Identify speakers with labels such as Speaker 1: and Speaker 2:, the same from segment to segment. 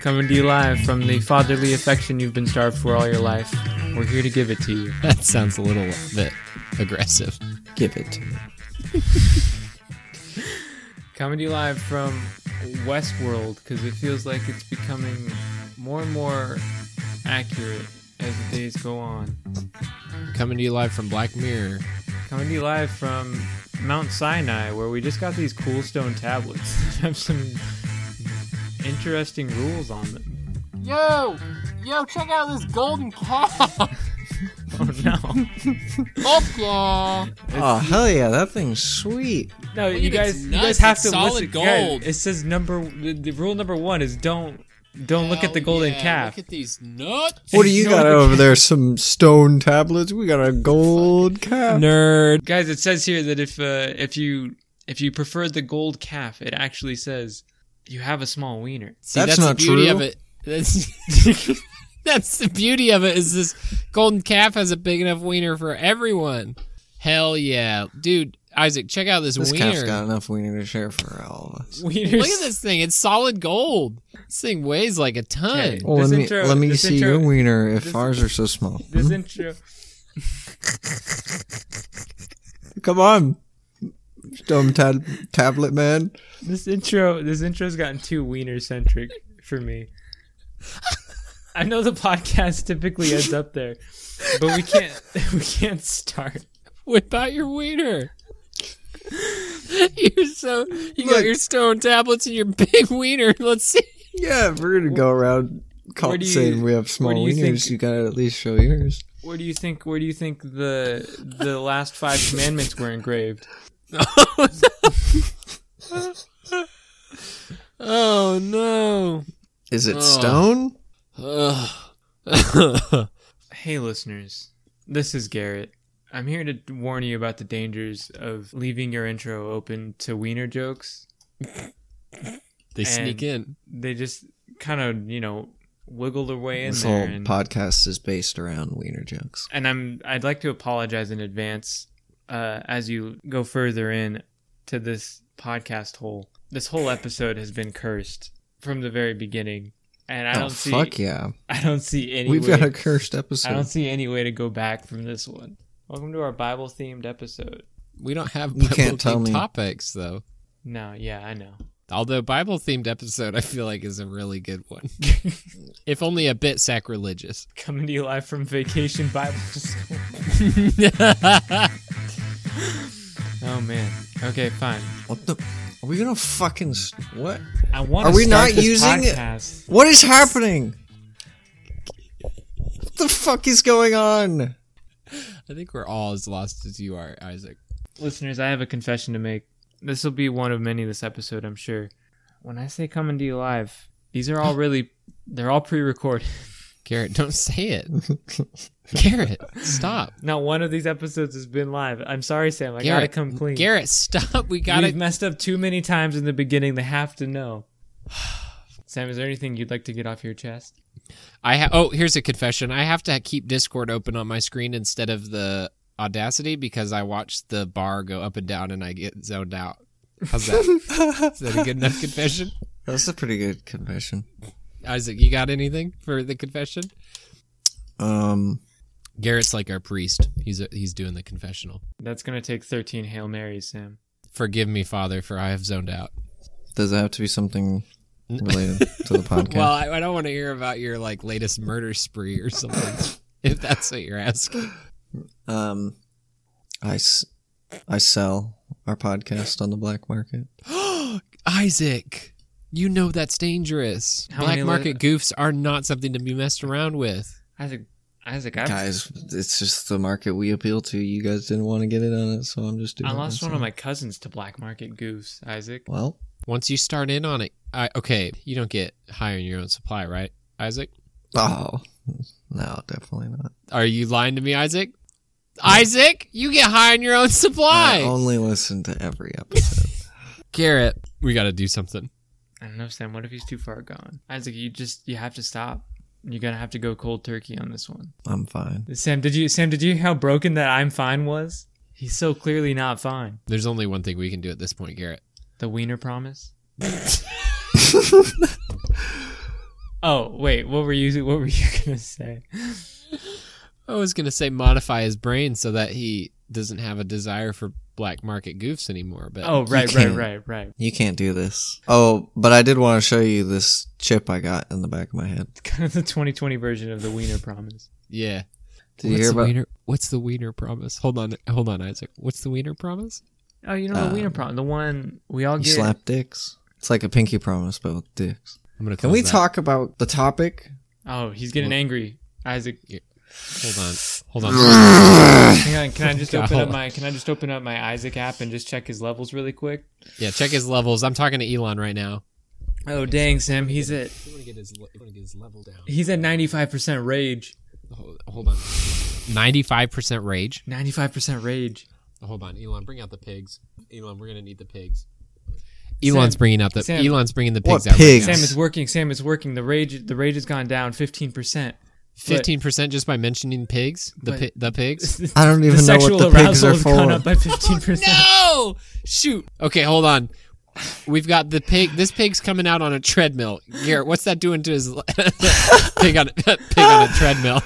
Speaker 1: coming to you live from the fatherly affection you've been starved for all your life. We're here to give it to you.
Speaker 2: That sounds a little bit aggressive.
Speaker 3: Give it to me.
Speaker 1: Coming to you live from Westworld because it feels like it's becoming more and more accurate as the days go on.
Speaker 2: Coming to you live from Black Mirror.
Speaker 1: Coming to you live from Mount Sinai where we just got these cool stone tablets that have some interesting rules on them.
Speaker 4: Yo, yo, check out this golden cat.
Speaker 1: Oh no.
Speaker 4: Fuck yeah.
Speaker 3: Oh hell yeah, that thing's sweet.
Speaker 1: No,
Speaker 2: Look
Speaker 1: you
Speaker 2: at its
Speaker 1: guys, you
Speaker 2: nuts,
Speaker 1: guys have
Speaker 2: it's
Speaker 1: to
Speaker 2: solid
Speaker 1: listen. yeah,
Speaker 2: gold.
Speaker 1: it says number. The, the rule number one is don't don't look at
Speaker 2: Hell
Speaker 1: the golden
Speaker 2: Oh, yeah,
Speaker 1: calf.
Speaker 2: Look at these nuts.
Speaker 3: What do you
Speaker 1: No,
Speaker 3: got
Speaker 1: the-
Speaker 3: over there? Some stone tablets? We got a gold cap.
Speaker 2: Nerd.
Speaker 1: guys, it says here that if uh, if you if you prefer the gold calf, it actually says you have a small wiener.
Speaker 2: See,
Speaker 3: That's
Speaker 2: that's,
Speaker 3: not
Speaker 2: the beauty
Speaker 3: true.
Speaker 2: of it. That's, that's the beauty of it is this golden calf has a big enough wiener for everyone. Hell yeah. Dude, Isaac, check out this,
Speaker 3: This calf's
Speaker 2: wiener.
Speaker 3: got enough wiener to share for all of us.
Speaker 1: Wieners.
Speaker 2: Look at this thing. It's solid gold. This thing weighs like a ton.
Speaker 1: Okay.
Speaker 3: Well,
Speaker 1: This
Speaker 3: let me
Speaker 1: intro-
Speaker 3: let me
Speaker 1: this
Speaker 3: see
Speaker 1: intro-
Speaker 3: your wiener if
Speaker 1: this-
Speaker 3: ours are so small.
Speaker 1: This intro.
Speaker 3: Hmm? Come on, stone tab- tablet man.
Speaker 1: This intro. This intro's gotten too wiener centric for me. I know the podcast typically ends up there, but we can't we can't start.
Speaker 2: without your wiener. You're so you
Speaker 3: Look.
Speaker 2: got your stone tablets and your big wiener. Let's see.
Speaker 3: Yeah, if we're gonna go around call,
Speaker 1: where do you-
Speaker 3: saying we have small
Speaker 1: where do you
Speaker 3: wieners,
Speaker 1: think-
Speaker 3: you gotta at least show yours.
Speaker 1: Where do you think where do you think the the last five commandments were engraved?
Speaker 2: Oh no.
Speaker 3: Is it
Speaker 1: Oh.
Speaker 2: Ugh.
Speaker 3: stone?
Speaker 2: Ugh.
Speaker 1: Hey listeners, this is Garrett. I'm here to warn you about the dangers of leaving your intro open to wiener jokes.
Speaker 2: they sneak in.
Speaker 1: They just kind of, you know, wiggle their way in
Speaker 3: This
Speaker 1: there
Speaker 3: whole
Speaker 1: and,
Speaker 3: podcast is based around wiener jokes.
Speaker 1: and I'm I'd like to apologize in advance uh, as you go further in to this podcast hole. This whole episode has been cursed from the very beginning. And I
Speaker 3: oh
Speaker 1: don't see
Speaker 3: fuck yeah,
Speaker 1: I don't see any
Speaker 3: we've
Speaker 1: way-
Speaker 3: got a cursed
Speaker 1: I don't
Speaker 3: episode.
Speaker 1: see any way to go back from this one. Welcome to our Bible themed episode.
Speaker 2: We don't have
Speaker 3: You
Speaker 2: Bible
Speaker 3: can't tell me.
Speaker 2: themed topics though.
Speaker 1: No, yeah, I know.
Speaker 2: Although Bible themed episode I feel like is a really good one. if only a bit sacrilegious.
Speaker 1: Coming to you live from Vacation Bible School. Oh man. Okay, fine.
Speaker 3: What the? Are we gonna fucking s- what?
Speaker 1: I want.
Speaker 3: Are we not using it?
Speaker 1: podcast.
Speaker 3: What is happening? What the fuck is going on?
Speaker 2: I think we're all as lost as you are, Isaac.
Speaker 1: Listeners, I have a confession to make. This will be one of many this episode, I'm sure. When I say coming to you live, these are all really. They're all pre-recorded.
Speaker 2: Garrett, don't say it. Garrett, stop.
Speaker 1: Not one of these episodes has been live. I'm sorry, Sam. I gotta
Speaker 2: Garrett,
Speaker 1: come clean.
Speaker 2: Garrett, stop. We
Speaker 1: We've
Speaker 2: gotta
Speaker 1: messed up too many times in the beginning. They have to know. Sam, is there anything you'd like to get off your chest?
Speaker 2: I ha- oh, here's a confession. I have to keep Discord open on my screen instead of the Audacity because I watch the bar go up and down and I get zoned out. How's that? Is that a good enough confession?
Speaker 3: That's a pretty good confession.
Speaker 2: Isaac, you got anything for the confession?
Speaker 3: Um,
Speaker 2: Garrett's like our priest. He's he's doing the confessional.
Speaker 1: That's gonna take 13 Hail Marys, Sam.
Speaker 2: Forgive me, Father, for I have zoned out.
Speaker 3: does it have to be something related to the podcast?
Speaker 2: Well, I, I don't want to hear about your like latest murder spree or something. if that's what you're asking.
Speaker 3: um, I s- I sell our podcast on the black market.
Speaker 2: Isaac, you know that's dangerous.
Speaker 1: How
Speaker 2: Black
Speaker 1: many
Speaker 2: market goofs are not something to be messed around with.
Speaker 1: Isaac, Isaac, I've,
Speaker 3: Guys, it's just the market we appeal to. You guys didn't want to get in on it, so I'm just doing.
Speaker 1: I
Speaker 3: it
Speaker 1: lost one of
Speaker 3: myself.
Speaker 1: my cousins to black market goofs, Isaac.
Speaker 3: Well,
Speaker 2: Once you start in on it, I, okay, you don't get high on your own supply, right, Isaac?
Speaker 3: oh no, definitely not.
Speaker 2: Are you lying to me, Isaac? Isaac, you get high on your own
Speaker 3: I
Speaker 1: Uh,
Speaker 2: supply.
Speaker 3: only listen to every episode.
Speaker 2: Garrett, we got to do something.
Speaker 1: I don't know, Sam. What if he's too far gone? Isaac, you just you have to stop. You're gonna have to go cold turkey on this one.
Speaker 3: I'm fine.
Speaker 1: Sam, did you Sam? Did you hear how broken that I'm fine was? He's so clearly not fine.
Speaker 2: There's only one thing we can do at this point, Garrett.
Speaker 1: The wiener promise. Oh wait, what were you? What were you gonna say?
Speaker 2: I was gonna say modify his brain so that he doesn't have a desire for black market goofs anymore. But
Speaker 1: Oh right, right,
Speaker 3: can't.
Speaker 1: right, right.
Speaker 3: You can't do this. Oh, but I did want to show you this chip I got in the back of my head.
Speaker 1: Kind of the 2020 version of the Wiener Promise.
Speaker 2: yeah.
Speaker 3: Did you
Speaker 2: what's
Speaker 3: hear
Speaker 2: the
Speaker 3: about?
Speaker 2: wiener? What's the wiener promise? Hold on, hold on, Isaac. What's the wiener promise?
Speaker 1: Oh, you know the Wiener
Speaker 3: Um,
Speaker 1: Promise, the one we all
Speaker 3: You
Speaker 1: get.
Speaker 3: slap dicks. It's like a pinky promise, but with dicks.
Speaker 2: I'm gonna.
Speaker 3: Can
Speaker 2: close
Speaker 3: we
Speaker 2: that.
Speaker 3: talk about the topic?
Speaker 1: Oh, he's getting angry. Isaac,
Speaker 2: Hold on, hold on.
Speaker 1: hang on. Can I just
Speaker 2: God,
Speaker 1: open
Speaker 2: hold
Speaker 1: up
Speaker 2: on.
Speaker 1: my? Can I just open up my Isaac app and just check his levels really quick?
Speaker 2: yeah, check his levels. I'm talking to Elon right now.
Speaker 1: Oh dang, Sam, he's at
Speaker 2: You wanna get his, you wanna get his level down?
Speaker 1: he's at 95% rage.
Speaker 2: Hold, hold on. Ninety-five percent rage.
Speaker 1: 95% rage.
Speaker 2: Hold on, Elon, bring out the pigs. Elon, we're gonna need the pigs. Elon's
Speaker 1: Sam,
Speaker 2: bringing out the
Speaker 1: Sam.
Speaker 2: Elon's bringing the
Speaker 3: What
Speaker 2: pigs out.
Speaker 3: pigs?
Speaker 1: Sam is working. Sam is working. The rage the rage has gone down 15%.
Speaker 2: Fifteen percent just by mentioning pigs. The
Speaker 1: But-
Speaker 2: pi- the pigs.
Speaker 3: I don't
Speaker 1: The
Speaker 3: even know
Speaker 1: sexual
Speaker 3: what the pigs
Speaker 1: arousal
Speaker 3: are
Speaker 1: has gone up
Speaker 3: for.
Speaker 1: by 15%.
Speaker 2: no, shoot. Okay, hold on. We've got the pig. This pig's coming out on a treadmill. Garrett, what's that doing to his le- pig on pig on a treadmill?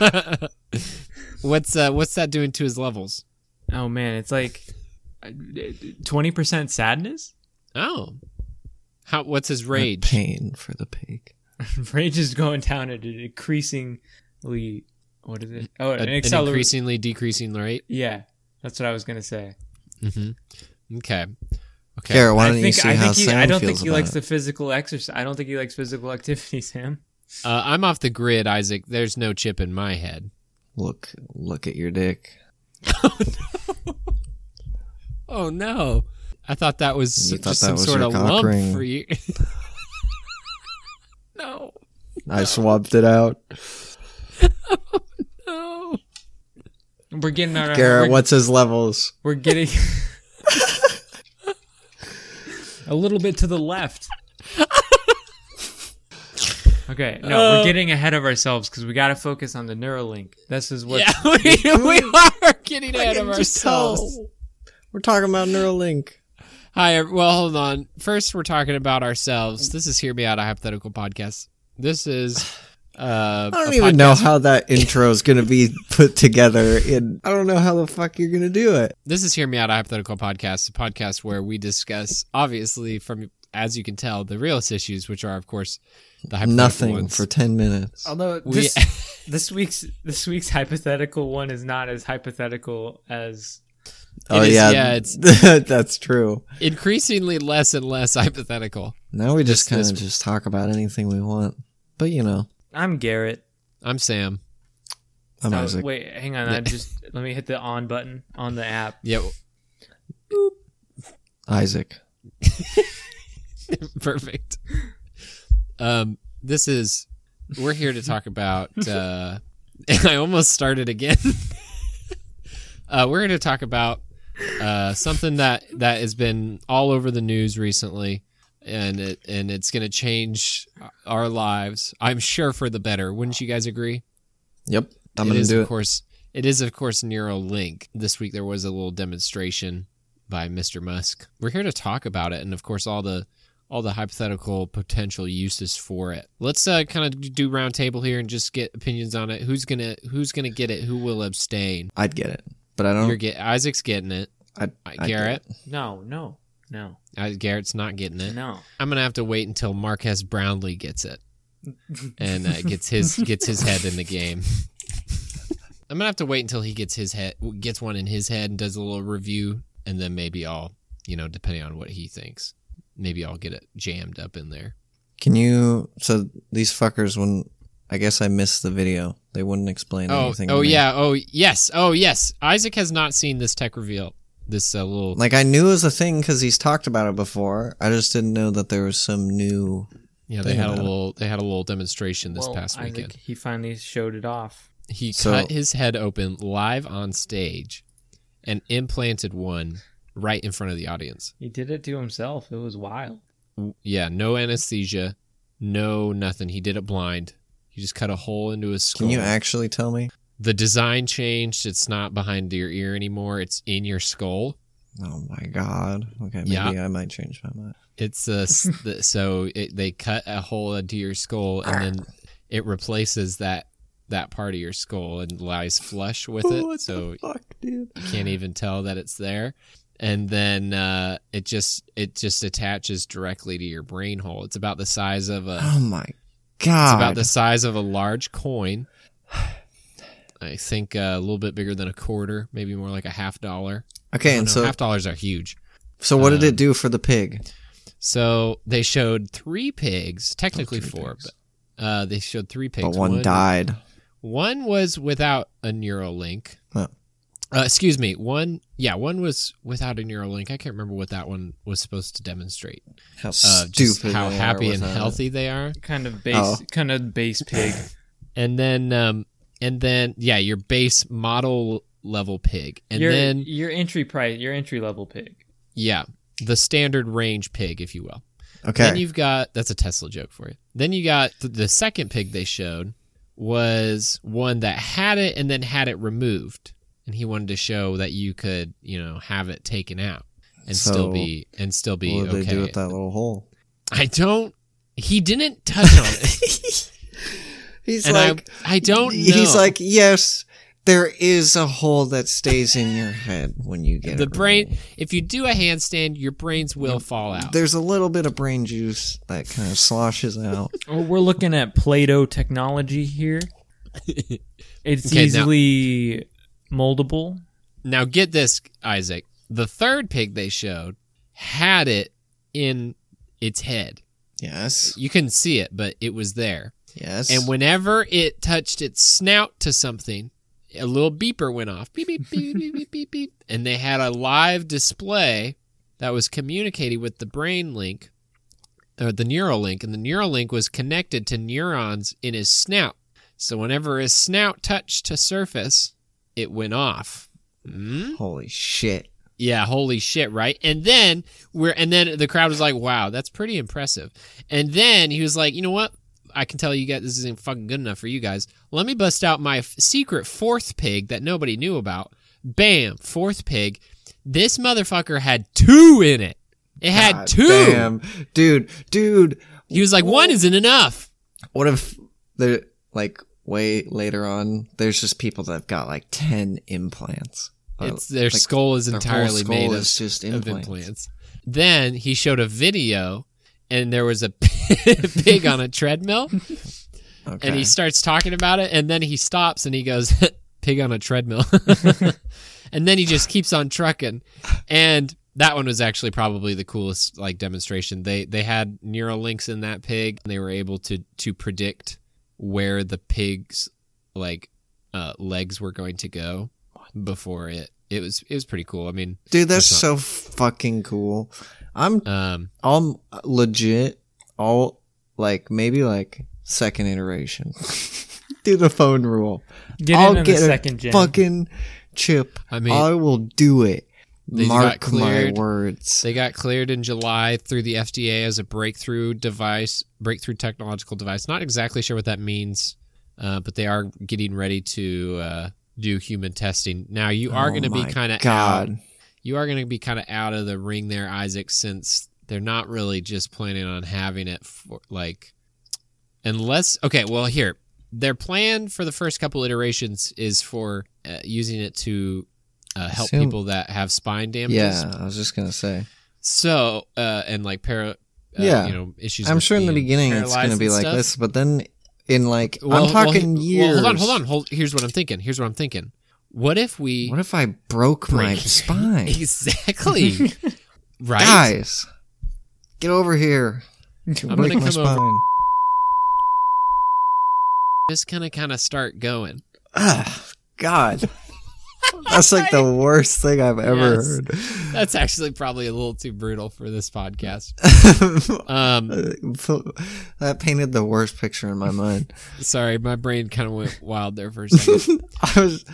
Speaker 2: what's uh, what's that doing to his levels?
Speaker 1: Oh man, it's like uh, 20% sadness?
Speaker 2: Oh, how? What's his
Speaker 3: The
Speaker 2: rage?
Speaker 3: Pain for the pig.
Speaker 1: Rage is going down at an increasingly what is it? Oh,
Speaker 2: A-
Speaker 1: an,
Speaker 2: an
Speaker 1: acceler-
Speaker 2: increasingly decreasing rate.
Speaker 1: Yeah. That's what I was going to say.
Speaker 2: Mm-hmm. Okay. Okay.
Speaker 3: Garrett, why
Speaker 1: I
Speaker 3: don't you
Speaker 1: think
Speaker 3: see
Speaker 1: I
Speaker 3: how
Speaker 1: think he,
Speaker 3: Sam
Speaker 1: I don't
Speaker 3: feels
Speaker 1: think he
Speaker 3: about
Speaker 1: likes
Speaker 3: it?
Speaker 1: the physical exercise. I don't think he likes physical activity, Sam.
Speaker 2: Uh, I'm off the grid, Isaac. There's no chip in my head.
Speaker 3: Look, look at your dick.
Speaker 2: Oh no! I thought that was
Speaker 3: You
Speaker 2: just
Speaker 3: thought that
Speaker 2: some
Speaker 3: was
Speaker 2: sort
Speaker 3: your
Speaker 2: of
Speaker 3: cock
Speaker 2: lump
Speaker 3: ring.
Speaker 2: for you. no,
Speaker 3: I swapped it out.
Speaker 2: no.
Speaker 1: We're getting our
Speaker 3: Garrett,
Speaker 1: we're,
Speaker 3: what's his levels?
Speaker 1: we're getting a little bit to the left. Okay, no,
Speaker 2: Uh,
Speaker 1: we're getting ahead of ourselves because we got to focus on the Neuralink. This is what
Speaker 2: Yeah, we, we are getting ahead of
Speaker 3: can just
Speaker 2: ourselves.
Speaker 3: tell. We're talking about Neuralink.
Speaker 2: Hi, ev- well, hold on. First, we're talking about ourselves. This is Hear Me Out, a hypothetical podcast. This is. Uh,
Speaker 3: I don't
Speaker 2: a
Speaker 3: even know
Speaker 2: podcast-
Speaker 3: how that intro is going to be put together. In I don't know how the fuck you're going to do it.
Speaker 2: This is Hear Me Out, a hypothetical podcast, a podcast where we discuss, obviously, from as you can tell, the realist issues, which are, of course, the hypothetical
Speaker 3: Nothing
Speaker 2: ones.
Speaker 3: for ten minutes.
Speaker 1: Although
Speaker 2: We-
Speaker 1: this this week's this week's hypothetical one is not as hypothetical as
Speaker 3: oh
Speaker 2: is-
Speaker 3: yeah,
Speaker 2: yeah, it's-
Speaker 3: that's true.
Speaker 2: increasingly less and less hypothetical.
Speaker 3: Now we just kind
Speaker 2: This-
Speaker 3: of just talk about anything we want. But you know,
Speaker 1: I'm Garrett.
Speaker 2: I'm Sam.
Speaker 3: I'm
Speaker 1: Oh,
Speaker 3: Isaac.
Speaker 1: wait, hang on. I just let me hit the on button on the app.
Speaker 2: Yep.
Speaker 3: Isaac.
Speaker 2: Perfect. Um, this is we're here to talk about. Uh, I almost started again. uh, we're here to talk about uh, something that that has been all over the news recently, and it and it's going to change our lives. I'm sure for the better. Wouldn't you guys agree?
Speaker 3: Yep, I'm
Speaker 2: It
Speaker 3: going
Speaker 2: is,
Speaker 3: to do
Speaker 2: of
Speaker 3: it.
Speaker 2: course. It is, of course, Neuralink. This week there was a little demonstration by Mr. Musk. We're here to talk about it, and of course, all the all the hypothetical potential uses for it. Let's uh, kind of do roundtable here and just get opinions on it. Who's gonna Who's gonna get it? Who will abstain?
Speaker 3: I'd get it, but I
Speaker 2: You're
Speaker 3: don't.
Speaker 2: get Isaac's getting it.
Speaker 3: I'd,
Speaker 2: Uh,
Speaker 3: I'd get
Speaker 2: Garrett,
Speaker 1: No, no, no,
Speaker 2: uh, Garrett's not getting it.
Speaker 1: no.
Speaker 2: I'm gonna have to wait until Marquez Brownlee gets it and uh, gets his gets his head in the game. I'm gonna have to wait until he gets his head gets one in his head and does a little review, and then maybe I'll you know depending on what he thinks, maybe I'll get it jammed up in there.
Speaker 3: Can you? So these fuckers, when I guess I missed the video, they wouldn't explain
Speaker 2: Oh
Speaker 3: anything.
Speaker 2: oh
Speaker 3: to me.
Speaker 2: yeah oh yes oh yes Isaac has not seen this tech reveal this uh, little
Speaker 3: Like I knew it was a thing because he's talked about it before. I just didn't know that there was some new.
Speaker 2: yeah they had a
Speaker 3: about it.
Speaker 2: little they had a little demonstration this past
Speaker 1: Isaac,
Speaker 2: weekend.
Speaker 1: he finally showed it off.
Speaker 2: He
Speaker 3: So-
Speaker 2: cut his head open live on stage and implanted one right in front of the audience.
Speaker 1: He did it to himself. It was wild.
Speaker 2: W- Yeah, no anesthesia, no nothing. He did it blind. He just cut a hole into his skull.
Speaker 3: Can you actually tell me?
Speaker 2: the design changed. It's not behind your ear anymore. It's in your skull.
Speaker 3: Oh my god. Okay, maybe
Speaker 2: Yeah.
Speaker 3: I might change my mind.
Speaker 2: It's a s- the, so it, they cut a hole into your skull and then it replaces that that part of your skull and lies flush with it, so
Speaker 3: fuck, dude.
Speaker 2: you can't even tell that it's there. And then uh, it just it just attaches directly to your brain hole. It's about the size of a
Speaker 3: Oh my
Speaker 2: it's
Speaker 3: god.
Speaker 2: about the size of a large coin. I think uh, a little bit bigger than a quarter, maybe more like a half dollar.
Speaker 3: okay,
Speaker 2: Oh,
Speaker 3: and
Speaker 2: no,
Speaker 3: so
Speaker 2: half dollars are huge.
Speaker 3: so what did
Speaker 2: uh,
Speaker 3: it do for the pig?
Speaker 2: So they showed three pigs, technically
Speaker 3: three
Speaker 2: four,
Speaker 3: pigs.
Speaker 2: but uh, they showed three pigs.
Speaker 3: But one, died.
Speaker 2: One was without a neural link.
Speaker 3: Oh.
Speaker 2: Uh, excuse me. One, yeah, one was without a neural link. I can't remember what that one was supposed to demonstrate.
Speaker 3: How
Speaker 2: Uh, just
Speaker 3: stupid!
Speaker 2: how
Speaker 3: they are
Speaker 2: happy and
Speaker 3: with that.
Speaker 2: healthy they are.
Speaker 1: Kind of base,
Speaker 3: Oh.
Speaker 1: kind of base pig.
Speaker 2: And then, um, and then, yeah, your base model level pig, and
Speaker 1: your,
Speaker 2: then
Speaker 1: your entry price, your entry level pig.
Speaker 2: yeah, the standard range pig, if you will. Then
Speaker 3: Okay.
Speaker 2: you've got that's a Tesla joke for you. Then you got th- the second pig they showed was one that had it and then had it removed, and he wanted to show that you could you know have it taken out and still
Speaker 3: So,
Speaker 2: be and still be
Speaker 3: what did
Speaker 2: okay.
Speaker 3: they do with that little hole?
Speaker 2: I don't. He didn't touch on it,
Speaker 3: He's
Speaker 2: and
Speaker 3: like,
Speaker 2: I I don't. Know.
Speaker 3: He's like, yes, there is a hole that stays in your head when you get
Speaker 2: the
Speaker 3: it
Speaker 2: brain. If you do a handstand, your brains will fall
Speaker 3: removed.
Speaker 2: out.
Speaker 3: There's a little bit of brain juice that kind of sloshes out.
Speaker 1: Well, Oh, we're looking at Play-Doh technology here. It's
Speaker 2: Okay, now-
Speaker 1: easily moldable.
Speaker 2: Now get this, Isaac. The third pig they showed had it in its head.
Speaker 3: yes,
Speaker 2: You couldn't see it, but it was there.
Speaker 3: yes.
Speaker 2: And whenever it touched its snout to something, a little beeper went off. Beep beep beep beep beep beep beep. And they had a live display that was communicating with the brain link or the neural link, and the neural link was connected to neurons in his snout. So whenever his snout touched to surface, it went off. Mm?
Speaker 3: Holy shit!
Speaker 2: Yeah, holy shit, right? And then we're and then the crowd was like, "Wow, that's pretty impressive." And then he was like, "You know what? I can tell you guys this isn't fucking good enough for you guys. Let me bust out my f- secret fourth pig that nobody knew about." Bam, fourth pig. This motherfucker had two in it. It had
Speaker 3: God
Speaker 2: two.
Speaker 3: damn. dude, dude.
Speaker 2: He was like, "One isn't enough."
Speaker 3: What if there, like, way later on, there's just people that've got like ten implants. Uh,
Speaker 2: It's their
Speaker 3: like,
Speaker 2: skull is
Speaker 3: their whole
Speaker 2: entirely
Speaker 3: skull
Speaker 2: made of
Speaker 3: is just
Speaker 2: of
Speaker 3: implants.
Speaker 2: implants. Then he showed a video, and there was a pig on a treadmill,
Speaker 3: Okay.
Speaker 2: and he starts talking about it, and then he stops and he goes, "Pig on a treadmill," and then he just keeps on trucking. And that one was actually probably the coolest like demonstration. They they had neural links in that pig, and they were able to to predict where the pig's like uh, legs were going to go before it. It was it was pretty cool. I mean,
Speaker 3: dude, that's
Speaker 2: That's
Speaker 3: so fucking cool. I'm
Speaker 2: um,
Speaker 3: I'm legit all like maybe like second iteration. do the phone rule.
Speaker 1: Get
Speaker 3: I'll
Speaker 1: in on
Speaker 3: get
Speaker 1: the
Speaker 3: a
Speaker 1: second gen.
Speaker 3: Fucking chip.
Speaker 2: I
Speaker 3: I
Speaker 2: mean-
Speaker 3: mean, I will do it.
Speaker 2: These
Speaker 3: Mark
Speaker 2: got
Speaker 3: my
Speaker 2: cleared.
Speaker 3: words.
Speaker 2: They got cleared in July through the FDA as a breakthrough device, breakthrough technological device. Not exactly sure what that means, uh, but they are getting ready to uh, do human testing. Now you are
Speaker 3: Oh
Speaker 2: going to be
Speaker 3: my
Speaker 2: kind of out.
Speaker 3: God.
Speaker 2: You are going to be kind of out of the ring there, Isaac, since they're not really just planning on having it for like, unless okay. Well, here their plan for the first couple iterations is for uh, using it to. Uh, help
Speaker 3: Assume-
Speaker 2: people that have spine damages.
Speaker 3: Yeah, I was just gonna say.
Speaker 2: So, uh, and like para, uh,
Speaker 3: Yeah.
Speaker 2: you know, issues.
Speaker 3: I'm
Speaker 2: with
Speaker 3: sure in the
Speaker 2: being
Speaker 3: beginning it's
Speaker 2: paralyzed
Speaker 3: gonna be
Speaker 2: and
Speaker 3: like
Speaker 2: stuff.
Speaker 3: this, but then in like
Speaker 2: Well,
Speaker 3: I'm
Speaker 2: well,
Speaker 3: talking
Speaker 2: he- well,
Speaker 3: years.
Speaker 2: hold on, hold on. Hold. Here's what I'm thinking. Here's what I'm thinking. What if we
Speaker 3: What if I broke my
Speaker 2: Break.
Speaker 3: spine?
Speaker 2: exactly right?
Speaker 3: Guys, get over here.
Speaker 2: I'm
Speaker 3: break
Speaker 2: gonna
Speaker 3: my
Speaker 2: come over.
Speaker 3: spine.
Speaker 2: Just kind of, kind of start going.
Speaker 3: Ugh, Ah, God. That's like the worst thing I've ever
Speaker 2: Yes.
Speaker 3: heard.
Speaker 2: That's actually probably a little too brutal for this podcast. Um,
Speaker 3: that painted the worst picture in my mind.
Speaker 2: sorry, my brain kind of went wild there for a second.
Speaker 3: I was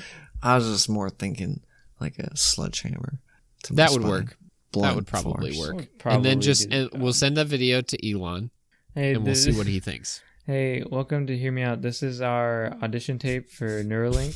Speaker 3: I was just more thinking like a sledgehammer. to my
Speaker 2: That would
Speaker 3: spine.
Speaker 2: work.
Speaker 3: Blunt
Speaker 2: that would probably
Speaker 3: force.
Speaker 2: work.
Speaker 1: Probably
Speaker 2: and then just
Speaker 1: did
Speaker 2: and
Speaker 1: that.
Speaker 2: we'll send that video to Elon,
Speaker 1: Hey,
Speaker 2: and we'll
Speaker 1: this
Speaker 2: see
Speaker 1: is-
Speaker 2: what he thinks.
Speaker 1: Hey, welcome to Hear Me Out. This is our audition tape for Neuralink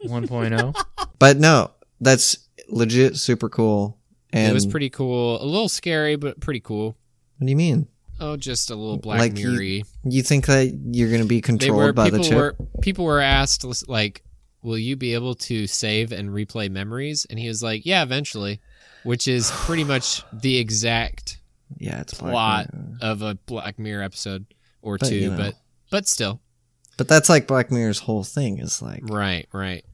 Speaker 1: oh. 1.0.
Speaker 3: But no, that's legit super cool. And
Speaker 2: it was pretty cool. A little scary, but pretty cool.
Speaker 3: What do you mean?
Speaker 2: Oh, just a little black
Speaker 3: Like you-
Speaker 2: mirror.
Speaker 3: You think that you're going to be
Speaker 2: They were
Speaker 3: controlled by the
Speaker 2: people
Speaker 3: chip?
Speaker 2: were people were asked like, "Will you be able to save and replay memories?" And he was like, "Yeah, eventually," which is pretty much the exact
Speaker 3: yeah, it's black
Speaker 2: plot
Speaker 3: mirror.
Speaker 2: of a Black Mirror episode or
Speaker 3: But,
Speaker 2: two,
Speaker 3: you know.
Speaker 2: but but still,
Speaker 3: But that's like Black Mirror's whole thing is like
Speaker 2: right, right.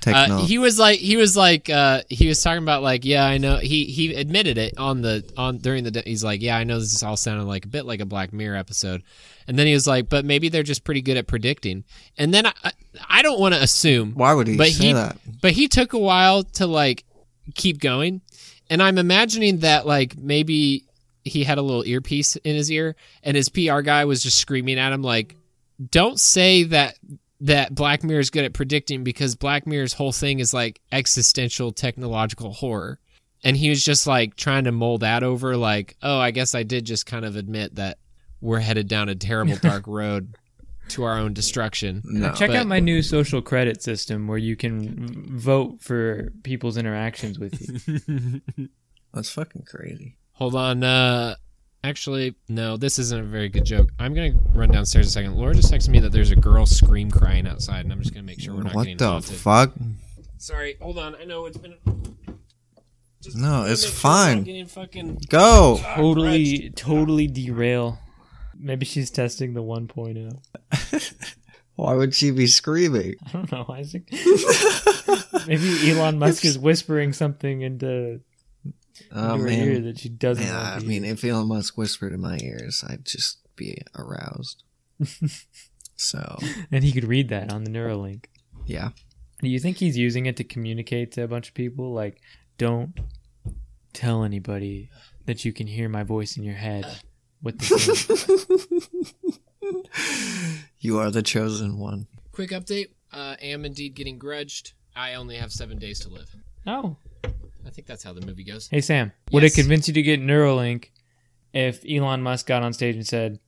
Speaker 3: technology.
Speaker 2: Uh, he was like, he was like, uh, he was talking about like, yeah, I know. He he admitted it on the on during the. day. He's like, yeah, I know this is all sounding like a bit like a Black Mirror episode, and then he was like, but maybe they're just pretty good at predicting. And then I I, I don't want to assume,
Speaker 3: Why would he
Speaker 2: but
Speaker 3: say
Speaker 2: he-
Speaker 3: that?
Speaker 2: but he took a while to like keep going, and I'm imagining that like maybe he had a little earpiece in his ear, and his PR guy was just screaming at him like, "Don't say that that Black Mirror is good at predicting because Black Mirror's whole thing is like existential technological horror." And he was just like trying to mold that over like, "Oh, I guess I did just kind of admit that we're headed down a terrible dark road to our own destruction."
Speaker 3: No.
Speaker 1: Check
Speaker 2: But-
Speaker 1: out my new social credit system where you can v- vote for people's interactions with you.
Speaker 3: That's fucking crazy.
Speaker 2: Hold on. Uh, actually, no, this isn't a very good joke. I'm gonna run downstairs a second. Laura just texted me that there's a girl scream crying outside, and I'm just gonna make sure we're not
Speaker 3: what
Speaker 2: getting
Speaker 3: the
Speaker 2: haunted.
Speaker 3: fuck?
Speaker 2: Sorry. Hold on. I know it's been. Just
Speaker 3: No,
Speaker 2: wanna
Speaker 3: it's
Speaker 2: make sure we're
Speaker 3: fine.
Speaker 2: not getting fucking-
Speaker 3: Go.
Speaker 1: Totally, totally derail. Maybe she's testing the 1.0.
Speaker 3: Why would she be screaming?
Speaker 1: I don't know, Isaac. Maybe Elon Musk is whispering something into
Speaker 3: Oh
Speaker 1: her ear
Speaker 3: man.
Speaker 1: that she doesn't.
Speaker 3: Yeah, I
Speaker 1: want to
Speaker 3: mean,
Speaker 1: hear.
Speaker 3: if Elon Musk whispered in my ears, I'd just be aroused. so
Speaker 1: and he could read that on the Neuralink.
Speaker 3: yeah,
Speaker 1: Do you think he's using it to communicate to a bunch of people? Like, don't tell anybody that you can hear my voice in your head. With the
Speaker 3: you are the chosen one.
Speaker 2: Quick update. Uh, I am indeed getting grudged. I only have seven days to live.
Speaker 1: oh,
Speaker 2: I think that's how the movie goes.
Speaker 1: hey Sam, would it
Speaker 2: Yes.
Speaker 1: convince you to get Neuralink if Elon Musk got on stage and said,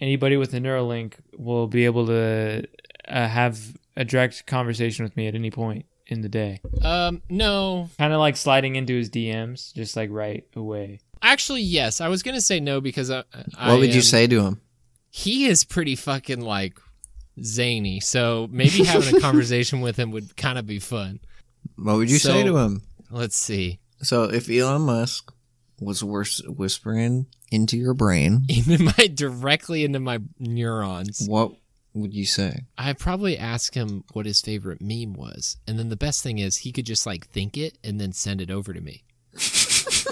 Speaker 1: "Anybody with a Neuralink will be able to uh, have a direct conversation with me at any point in the day"?
Speaker 2: Um, no,
Speaker 1: Kind of like sliding into his DMs, just like right away.
Speaker 2: actually, yes. I was gonna say no because I.
Speaker 3: What would you say to him?
Speaker 2: he is pretty fucking like zany. So maybe having a conversation with him would kind of be fun.
Speaker 3: What would you say
Speaker 2: So-
Speaker 3: to him?
Speaker 2: Let's see.
Speaker 3: So if Elon Musk was whis- whispering into your brain,
Speaker 2: Into my directly into my neurons.
Speaker 3: what would you say?
Speaker 2: I probably ask him what his favorite meme was, and then the best thing is he could just like think it and then send it over to me.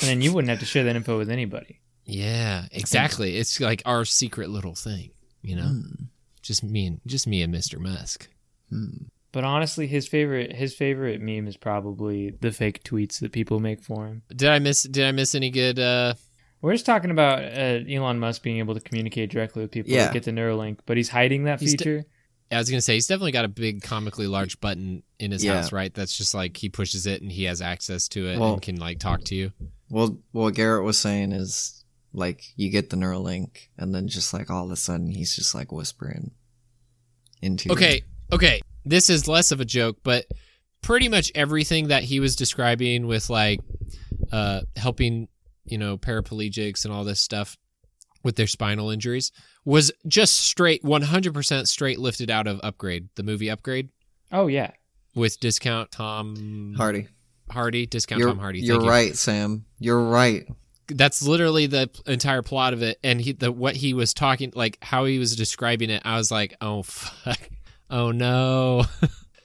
Speaker 1: And then you wouldn't have to share that info with anybody.
Speaker 2: Yeah, exactly. It's like our secret little thing, you know.
Speaker 3: Hmm.
Speaker 2: Just me and just me and Mr. Musk.
Speaker 3: Hmm.
Speaker 1: But honestly, his favorite his favorite meme is probably the fake tweets that people make for him.
Speaker 2: Did I miss? Did I miss any good? uh
Speaker 1: We're just talking about uh, Elon Musk being able to communicate directly with people,
Speaker 3: Yeah.
Speaker 1: to get the Neuralink, but he's hiding that
Speaker 2: He's de-
Speaker 1: feature.
Speaker 2: I was gonna say he's definitely got a big, comically large button in his
Speaker 3: Yeah.
Speaker 2: house, right? That's just like he pushes it and he has access to it
Speaker 3: Well-
Speaker 2: and can like talk to you.
Speaker 3: Well, what Garrett was saying is like you get the Neuralink, and then just like all of a sudden he's just like whispering into. your-
Speaker 2: Okay, okay. This is less of a joke, but pretty much everything that he was describing with like uh, helping, you know, paraplegics and all this stuff with their spinal injuries was just straight, one hundred percent straight lifted out of Upgrade, the movie Upgrade
Speaker 1: Oh yeah,
Speaker 2: with discount Tom
Speaker 3: Hardy,
Speaker 2: Hardy, discount
Speaker 3: you're,
Speaker 2: Tom Hardy.
Speaker 3: you're
Speaker 2: thank you.
Speaker 3: right, Sam. You're right.
Speaker 2: that's literally the p- entire plot of it and he the what he was talking like how he was describing it i was like oh fuck oh no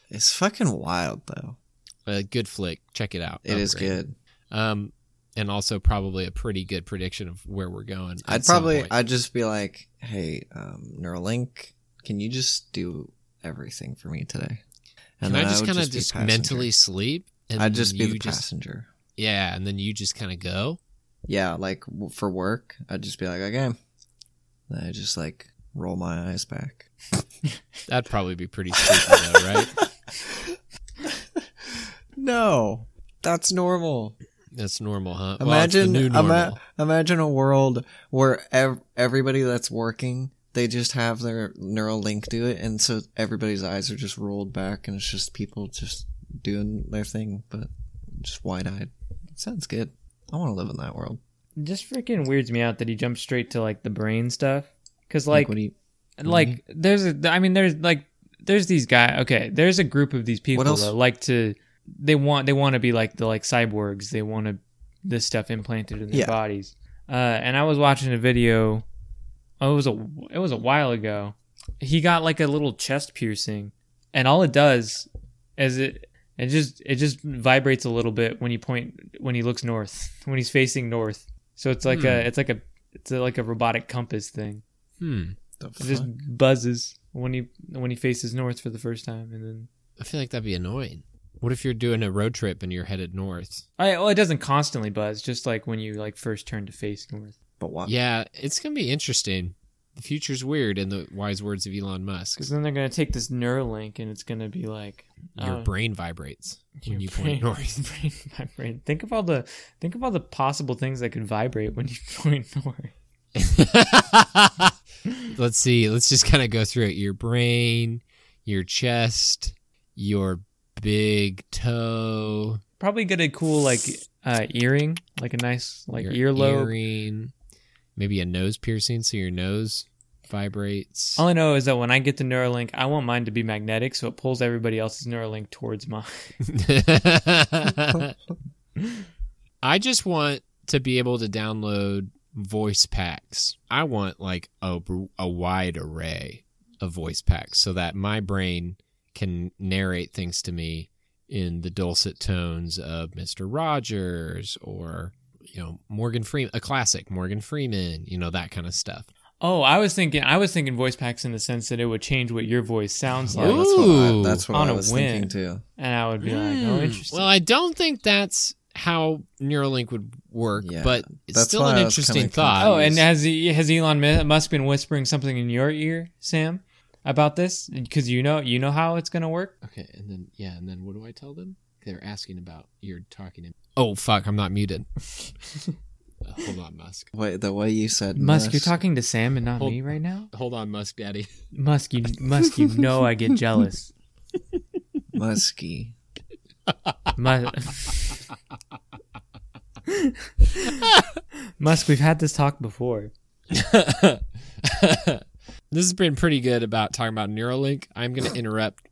Speaker 3: It's fucking wild though.
Speaker 2: a good flick check it out
Speaker 3: It is
Speaker 2: Upgrade.
Speaker 3: good.
Speaker 2: um and also probably a pretty good prediction of where we're going at
Speaker 3: I'd
Speaker 2: some
Speaker 3: probably
Speaker 2: point.
Speaker 3: I'd just be like, hey, um, Neuralink, can you just do everything for me today?
Speaker 2: can i just
Speaker 3: would
Speaker 2: kind of
Speaker 3: be
Speaker 2: just,
Speaker 3: passenger.
Speaker 2: mentally sleep and
Speaker 3: I'd just be
Speaker 2: you
Speaker 3: the passenger.
Speaker 2: yeah and then you just kind of go
Speaker 3: Yeah, like w- for work, I'd just be like, okay. Then I just like roll my eyes back.
Speaker 2: that'd probably be pretty sleepy though right
Speaker 3: No, that's normal.
Speaker 2: that's normal huh Well, it's the
Speaker 3: Imagine,
Speaker 2: new
Speaker 3: ima-
Speaker 2: normal.
Speaker 3: imagine a world where ev- everybody that's working, they just have their neural link do it, and so everybody's eyes are just rolled back, and it's just people just doing their thing, but just wide eyed. Sounds good. I want to live in that world.
Speaker 1: It just freaking weirds me out that he jumps straight to like the brain stuff. Cause like,
Speaker 3: what do you?
Speaker 1: like
Speaker 3: Mm-hmm.
Speaker 1: there's a i mean there's like there's these guy okay there's a group of these people
Speaker 3: else?
Speaker 1: that like to they want they want to be like the like cyborgs they want to this stuff implanted in their
Speaker 3: Yeah.
Speaker 1: bodies uh and i was watching a video oh, it was a it was a while ago he got like a little chest piercing and all it does is it it just it just vibrates a little bit when you point when he looks north when he's facing north so it's like
Speaker 3: Hmm.
Speaker 1: a it's like a it's a, like a robotic compass thing
Speaker 2: Hmm.
Speaker 3: The
Speaker 1: it just
Speaker 3: fuck?
Speaker 1: buzzes when he when he faces north for the first time, and then
Speaker 2: I feel like that'd be annoying. What if you're doing a road trip and you're headed north?
Speaker 1: I well, it doesn't constantly buzz, just like when you like first turn to face north.
Speaker 3: But why?
Speaker 2: Yeah, it's gonna be interesting. The future's weird, in the wise words of Elon Musk.
Speaker 1: Because then they're gonna take this Neuralink, and it's gonna be like
Speaker 2: Your
Speaker 1: oh,
Speaker 2: brain vibrates when
Speaker 1: your
Speaker 2: you
Speaker 1: brain-
Speaker 2: point north.
Speaker 1: brain vibrate. Think of all the think of all the possible things that could vibrate when you point north.
Speaker 2: let's see. Let's just kind of go through it. Your brain, your chest, your big toe,
Speaker 1: Probably get a cool like uh, earring, like a nice like
Speaker 2: your
Speaker 1: earlobe.
Speaker 2: earring, maybe a nose piercing so your nose vibrates.
Speaker 1: All I know is that when I get the Neuralink, I want mine to be magnetic, so it pulls everybody else's Neuralink towards mine.
Speaker 2: I just want to be able to download voice packs. I want like a, a wide array of voice packs so that my brain can narrate things to me in the dulcet tones of Mr. Rogers or you know Morgan Freeman, a classic Morgan Freeman, you know that kind of stuff.
Speaker 1: Oh, I was thinking I was thinking voice packs in the sense that it would change what your voice sounds
Speaker 3: Yeah,
Speaker 1: like.
Speaker 3: that's what I,
Speaker 2: Ooh.
Speaker 3: that's what
Speaker 1: On
Speaker 3: I
Speaker 1: a
Speaker 3: was
Speaker 1: whim.
Speaker 3: thinking too.
Speaker 1: And I would be like, Oh
Speaker 2: Hmm.
Speaker 1: interesting.
Speaker 2: Well, I don't think that's how Neuralink would work,
Speaker 3: Yeah,
Speaker 2: but it's
Speaker 3: that's
Speaker 2: still
Speaker 3: why
Speaker 2: an
Speaker 3: I was
Speaker 2: interesting
Speaker 3: kinda
Speaker 2: thought.
Speaker 1: oh, and has he, has Elon Mi- Musk been whispering something in your ear, Sam, about this? Because you know you know how it's gonna work.
Speaker 2: Okay, and then yeah, and then what do I tell them? They're asking about you're talking. In- oh fuck, I'm not muted. Uh, hold on, Musk.
Speaker 3: Wait, the way you said
Speaker 1: Musk, you're
Speaker 3: this-
Speaker 1: talking to Sam and not
Speaker 2: Hold-
Speaker 1: me right now.
Speaker 2: Hold on, Musk Daddy.
Speaker 1: Musk, you Musk, you know I get jealous.
Speaker 3: musky.
Speaker 1: Musk. Musk, we've had this talk before.
Speaker 2: this has been pretty good about talking about Neuralink. I'm going to interrupt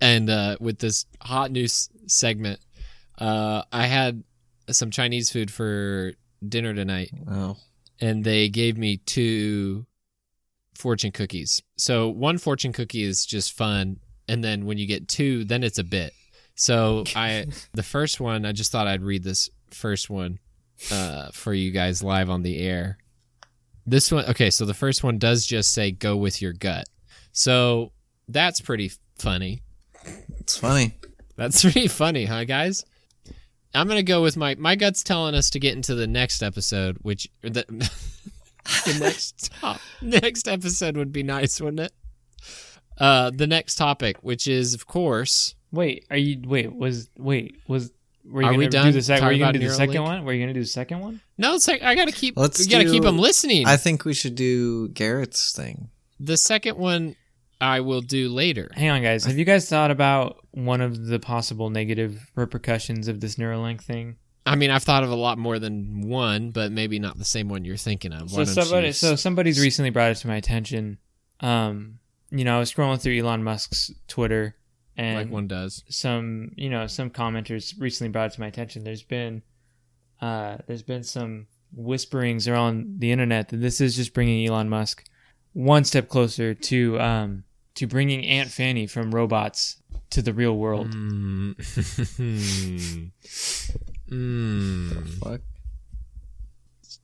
Speaker 2: and uh, with this hot news segment. Uh, I had some Chinese food for dinner tonight,
Speaker 3: Oh,
Speaker 2: and they gave me two fortune cookies. So one fortune cookie is just fun, and then when you get two, then it's a bit. So I the first one, I just thought I'd read this first one uh, for you guys live on the air. This one, okay, so the first one does just say "go with your gut," so that's pretty funny.
Speaker 3: it's funny.
Speaker 2: That's pretty funny, huh, guys? I'm gonna go with my my gut's telling us to get into the next episode, which or the, the next top next episode would be nice, wouldn't it? Uh, the next topic, which is of course,
Speaker 1: Wait, are you? Wait, was wait was? Were you
Speaker 2: Are
Speaker 1: gonna
Speaker 2: we
Speaker 1: do
Speaker 2: done
Speaker 1: the second? Were you
Speaker 2: talking
Speaker 1: gonna
Speaker 2: about
Speaker 1: do the second
Speaker 2: Neuralink?
Speaker 1: one? Were you gonna do the second one?
Speaker 2: no, it's like I gotta keep
Speaker 3: Let's
Speaker 2: we gotta keep
Speaker 3: do-
Speaker 2: them listening.
Speaker 3: I think we should do Garrett's thing.
Speaker 2: the second one I will do later.
Speaker 1: Hang on, guys. Have you guys thought about one of the possible negative repercussions of this Neuralink thing?
Speaker 2: I mean, I've thought of a lot more than one, but maybe not the same one you're thinking of. Why
Speaker 1: So
Speaker 2: don't
Speaker 1: somebody,
Speaker 2: you-
Speaker 1: so somebody's recently brought it to my attention. Um, you know, I was scrolling through Elon Musk's Twitter, and
Speaker 2: like one does.
Speaker 1: some you know some commenters recently brought it to my attention there's been uh there's been some whisperings around the internet that this is just bringing Elon Musk one step closer to um to bringing Aunt Fanny from robots to the real world
Speaker 3: Mm.
Speaker 2: Mm. Mm.
Speaker 3: Fuck.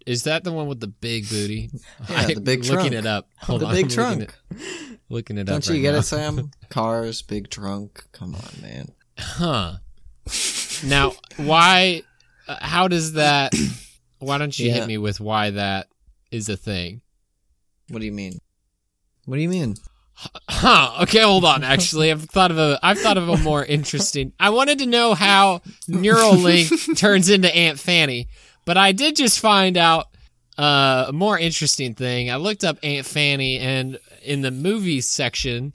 Speaker 2: Is that the one with the big booty?
Speaker 3: Yeah, the big
Speaker 2: looking
Speaker 3: trunk.
Speaker 2: it up. Hold
Speaker 3: the
Speaker 2: on,
Speaker 3: big
Speaker 2: I'm
Speaker 3: trunk.
Speaker 2: Looking it, looking it up.
Speaker 3: Don't you
Speaker 2: right
Speaker 3: get
Speaker 2: now.
Speaker 3: it, Sam? Cars, big trunk. Come on, man.
Speaker 2: Huh. Now, why? Uh, how does that? Why don't you
Speaker 3: Yeah.
Speaker 2: hit me with why that is a thing?
Speaker 3: What do you mean? What do you mean?
Speaker 2: Huh. Okay, hold on. Actually, I've thought of a. I've thought of a more interesting. I wanted to know how Neuralink turns into Aunt Fanny, but I did just find out uh, a more interesting thing. I looked up Aunt Fanny, and in the movies section,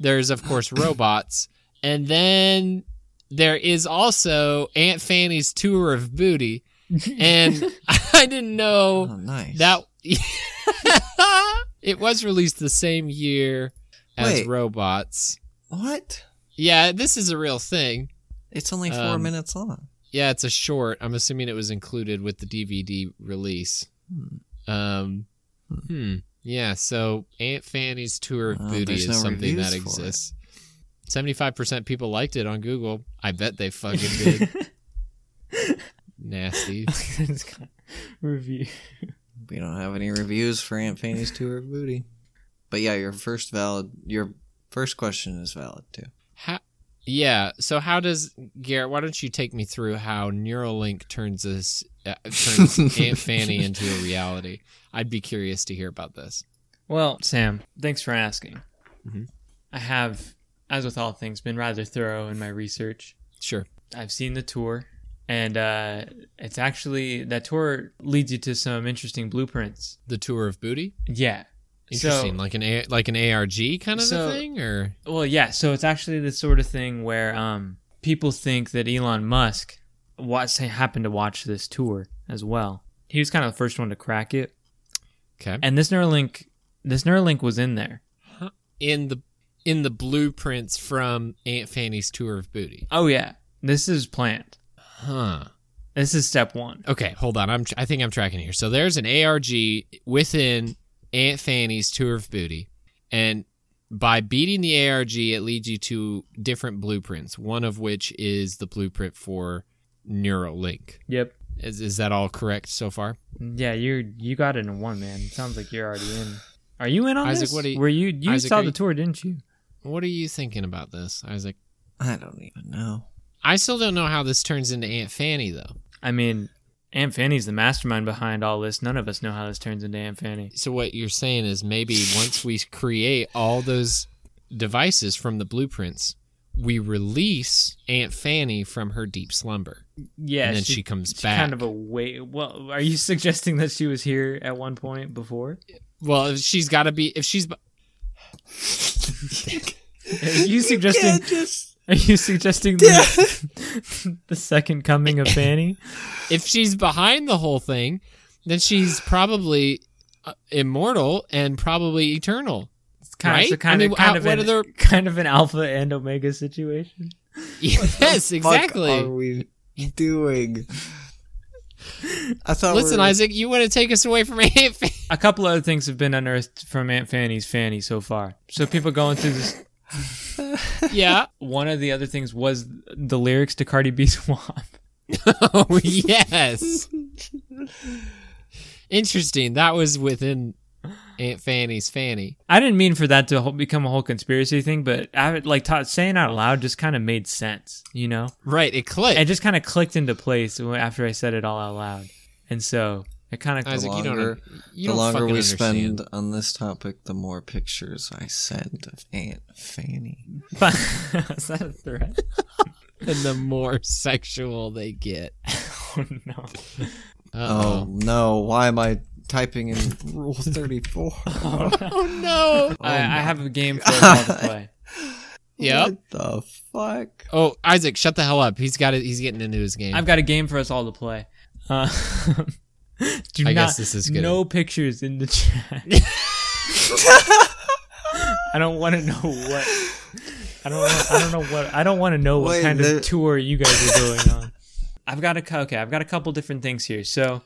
Speaker 2: there's of course robots, and then there is also Aunt Fanny's tour of booty. and I didn't know
Speaker 3: Oh, nice.
Speaker 2: that it was released the same year as
Speaker 3: Wait.
Speaker 2: Robots.
Speaker 3: what?
Speaker 2: Yeah, this is a real thing.
Speaker 3: It's only four
Speaker 2: Um,
Speaker 3: minutes long.
Speaker 2: Yeah, it's a short. I'm assuming it was included with the DVD release.
Speaker 3: Hmm.
Speaker 2: Um, hmm. Yeah, so Aunt Fanny's Tour of
Speaker 3: Wow,
Speaker 2: Booty
Speaker 3: there's
Speaker 2: is
Speaker 3: no
Speaker 2: something
Speaker 3: reviews
Speaker 2: that
Speaker 3: for it.
Speaker 2: exists. 75% people liked it on Google. I bet they fucking did. Nasty.
Speaker 1: It's kind of Review.
Speaker 3: We don't have any reviews for Aunt Fanny's tour of booty. But yeah, your first valid, your first question is valid too.
Speaker 2: How, yeah. So how does Garrett? Why don't you take me through how Neuralink turns this uh, turns Aunt Fanny into a reality? I'd be curious to hear about this.
Speaker 1: Well, Sam, thanks for asking.
Speaker 2: Mhm.
Speaker 1: I have, as with all things, been rather thorough in my research.
Speaker 2: Sure.
Speaker 1: I've seen the tour, and uh, it's actually that tour leads you to some interesting blueprints.
Speaker 2: The tour of booty.
Speaker 1: Yeah.
Speaker 2: Interesting.
Speaker 1: So-
Speaker 2: like an A, like an ARG kind of
Speaker 1: So-
Speaker 2: a thing, or
Speaker 1: Well, yeah. So it's actually the sort of thing where um, people think that Elon Musk was, happened to watch this tour as well. He was kind of the first one to crack it,
Speaker 2: okay.
Speaker 1: and this Neuralink, this Neuralink was in there.
Speaker 2: In the in the blueprints from Aunt Fanny's tour of booty.
Speaker 1: Oh yeah, this is planned.
Speaker 2: Huh.
Speaker 1: This is step one.
Speaker 2: Okay. Hold on. I'm. Tr- I think I'm tracking here. So there's an ARG within Aunt Fanny's tour of booty, and by beating the ARG, it leads you to different blueprints. One of which is the blueprint for Neuralink.
Speaker 1: Yep.
Speaker 2: Is is that all correct so far?
Speaker 1: Yeah, you you got it in one man. It sounds like you're already in. Are you in on
Speaker 2: Isaac,
Speaker 1: this?
Speaker 2: what do you-
Speaker 1: Were you you
Speaker 2: Isaac,
Speaker 1: saw
Speaker 2: are
Speaker 1: the
Speaker 2: you-
Speaker 1: tour, didn't you?
Speaker 2: What are you thinking about this, Isaac?
Speaker 3: I don't even know.
Speaker 2: I still don't know how this turns into Aunt Fanny though.
Speaker 1: I mean, Aunt Fanny's the mastermind behind all this. None of us know how this turns into Aunt Fanny.
Speaker 2: So what you're saying is maybe once we create all those devices from the blueprints, we release Aunt Fanny from her deep slumber,
Speaker 1: Yeah,
Speaker 2: and then she, comes
Speaker 1: she's
Speaker 2: back.
Speaker 1: kind of a way. Well, are you suggesting that she was here at one point before?
Speaker 2: well, if she's got to be if she's
Speaker 1: Are you suggesting?
Speaker 3: just
Speaker 1: Are you suggesting the, the second coming of Fanny?
Speaker 2: if she's behind the whole thing, then she's probably uh, immortal and probably eternal.
Speaker 1: It's kind
Speaker 2: Right?
Speaker 1: of, so kind
Speaker 2: I
Speaker 1: of,
Speaker 2: mean,
Speaker 1: kind
Speaker 2: how-
Speaker 1: of
Speaker 2: what
Speaker 1: an,
Speaker 2: other-
Speaker 1: kind of an alpha and omega situation.
Speaker 2: Yes,
Speaker 3: Fuck are
Speaker 2: exactly.
Speaker 3: we doing? I thought.
Speaker 2: Listen,
Speaker 3: we were-
Speaker 2: Isaac, you want to take us away from Aunt Fanny?
Speaker 1: a couple other things have been unearthed from Aunt Fanny's Fanny so far. So people going through this.
Speaker 2: yeah.
Speaker 1: One of the other things was the lyrics to Cardi B's WAP.
Speaker 2: Oh yes. Interesting. That was within Aunt Fanny's Fanny.
Speaker 1: I didn't mean for that to whole- become a whole conspiracy thing, but I would- like ta saying out loud just kind of made sense, you know.
Speaker 2: Right. It clicked.
Speaker 1: It just kind of clicked into place when- after I said it all out loud, and so it kind of.
Speaker 2: Isaac,
Speaker 3: The
Speaker 2: you
Speaker 3: longer-
Speaker 2: don't. You
Speaker 3: the
Speaker 2: don't
Speaker 3: longer
Speaker 2: fucking
Speaker 3: we
Speaker 2: understand.
Speaker 3: spend on this topic, the more pictures I send of Aunt Fanny.
Speaker 1: Is that a threat?
Speaker 2: and the more sexual they get.
Speaker 1: Oh no!
Speaker 3: Oh
Speaker 2: Uh-oh.
Speaker 3: no! Why am I typing in Rule Thirty Four?
Speaker 2: Oh no.
Speaker 1: I, I have a game for us all to play.
Speaker 2: Yep.
Speaker 3: What the fuck?
Speaker 2: Oh, Isaac, shut the hell up. He's got it. He's getting into his game.
Speaker 1: I've got a game for us all to play. Uh, do
Speaker 2: I
Speaker 1: not,
Speaker 2: guess this is good.
Speaker 1: No pictures in the chat. I don't want to know what. I don't. Wanna, I don't know what. I don't want to know what
Speaker 3: Wait,
Speaker 1: kind
Speaker 3: there-
Speaker 1: of tour you guys are going on. I've got a cou- okay. I've got a couple different things here. So,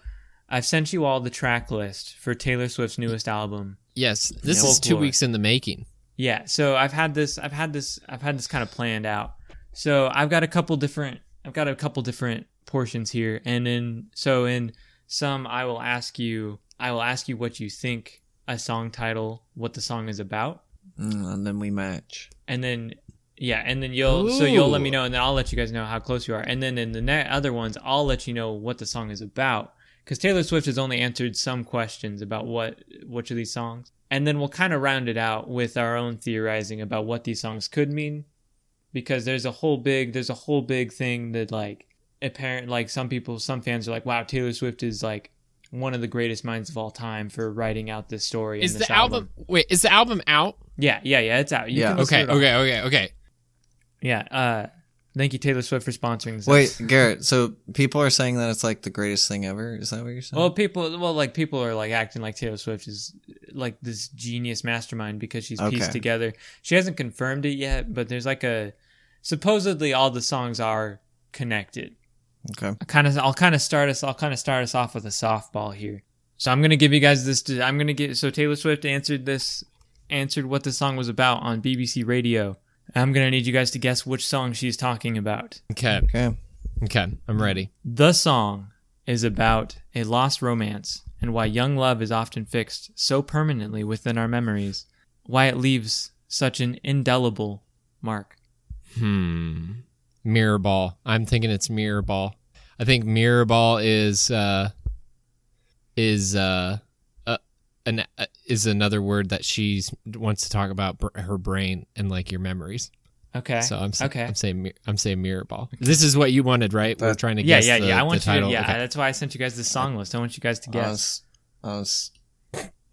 Speaker 1: I've sent you all the track list for Taylor Swift's newest album.
Speaker 2: yes, this
Speaker 1: Yeah.
Speaker 2: is two
Speaker 1: Folklore.
Speaker 2: weeks in the making.
Speaker 1: Yeah. So I've had this. I've had this. I've had this kind of planned out. So I've got a couple different. I've got a couple different portions here, and in so in some, I will ask you. I will ask you what you think a song title, what the song is about,
Speaker 3: Mm, and then we match.
Speaker 1: and then yeah and then you'll so you'll let me
Speaker 2: Ooh.
Speaker 1: know and then i'll let you guys know how close you are and then in the ne- other ones i'll let you know what the song is about because taylor swift has only answered some questions about what which of these songs and then we'll kind of round it out with our own theorizing about what these songs could mean because there's a whole big there's a whole big thing that like apparent like some people some fans are like wow taylor swift is like one of the greatest minds of all time for writing out this story
Speaker 2: Is
Speaker 1: and this
Speaker 2: the album, Wait, is the album out?
Speaker 1: yeah yeah yeah it's out you
Speaker 3: Yeah.
Speaker 1: can listen
Speaker 2: Okay.
Speaker 1: to it all.
Speaker 2: Okay. Okay. Okay.
Speaker 1: Yeah. Uh, Thank you, Taylor Swift, for sponsoring this.
Speaker 3: Wait, Garrett. So people are saying that it's like the greatest thing ever. Is that what you're saying?
Speaker 1: Well, people, well, like people are like acting like Taylor Swift is like this genius mastermind because she's
Speaker 3: Okay.
Speaker 1: pieced together. She hasn't confirmed it yet, but there's like a supposedly all the songs are connected.
Speaker 3: okay.
Speaker 1: I kind of, I'll kind of start us, I'll kind of start us off with a softball here. So I'm gonna give you guys this. I'm gonna get. So Taylor Swift answered this, answered what the song was about on BBC Radio. I'm gonna need you guys to guess which song she's talking about.
Speaker 2: Okay.
Speaker 3: Okay.
Speaker 2: Okay. I'm ready.
Speaker 1: The song is about a lost romance and why young love is often fixed so permanently within our memories, why it leaves such an indelible mark.
Speaker 2: Hmm. Mirror ball. I'm thinking it's mirror ball. I think mirror ball is uh is uh, uh an uh, is another word that she wants to talk about br- her brain and like your memories.
Speaker 1: Okay.
Speaker 2: So I'm s-
Speaker 1: okay.
Speaker 2: I'm saying mir- I'm saying mirror ball. This is what you wanted, right? We're
Speaker 3: That-
Speaker 2: trying to
Speaker 1: yeah,
Speaker 2: guess
Speaker 1: yeah,
Speaker 2: the-
Speaker 1: yeah. I
Speaker 2: the
Speaker 1: want you. To,
Speaker 2: title.
Speaker 1: yeah,
Speaker 2: Okay. Uh,
Speaker 1: that's why I sent you guys the song list. I want you guys to
Speaker 3: I
Speaker 1: guess.
Speaker 3: was, I was.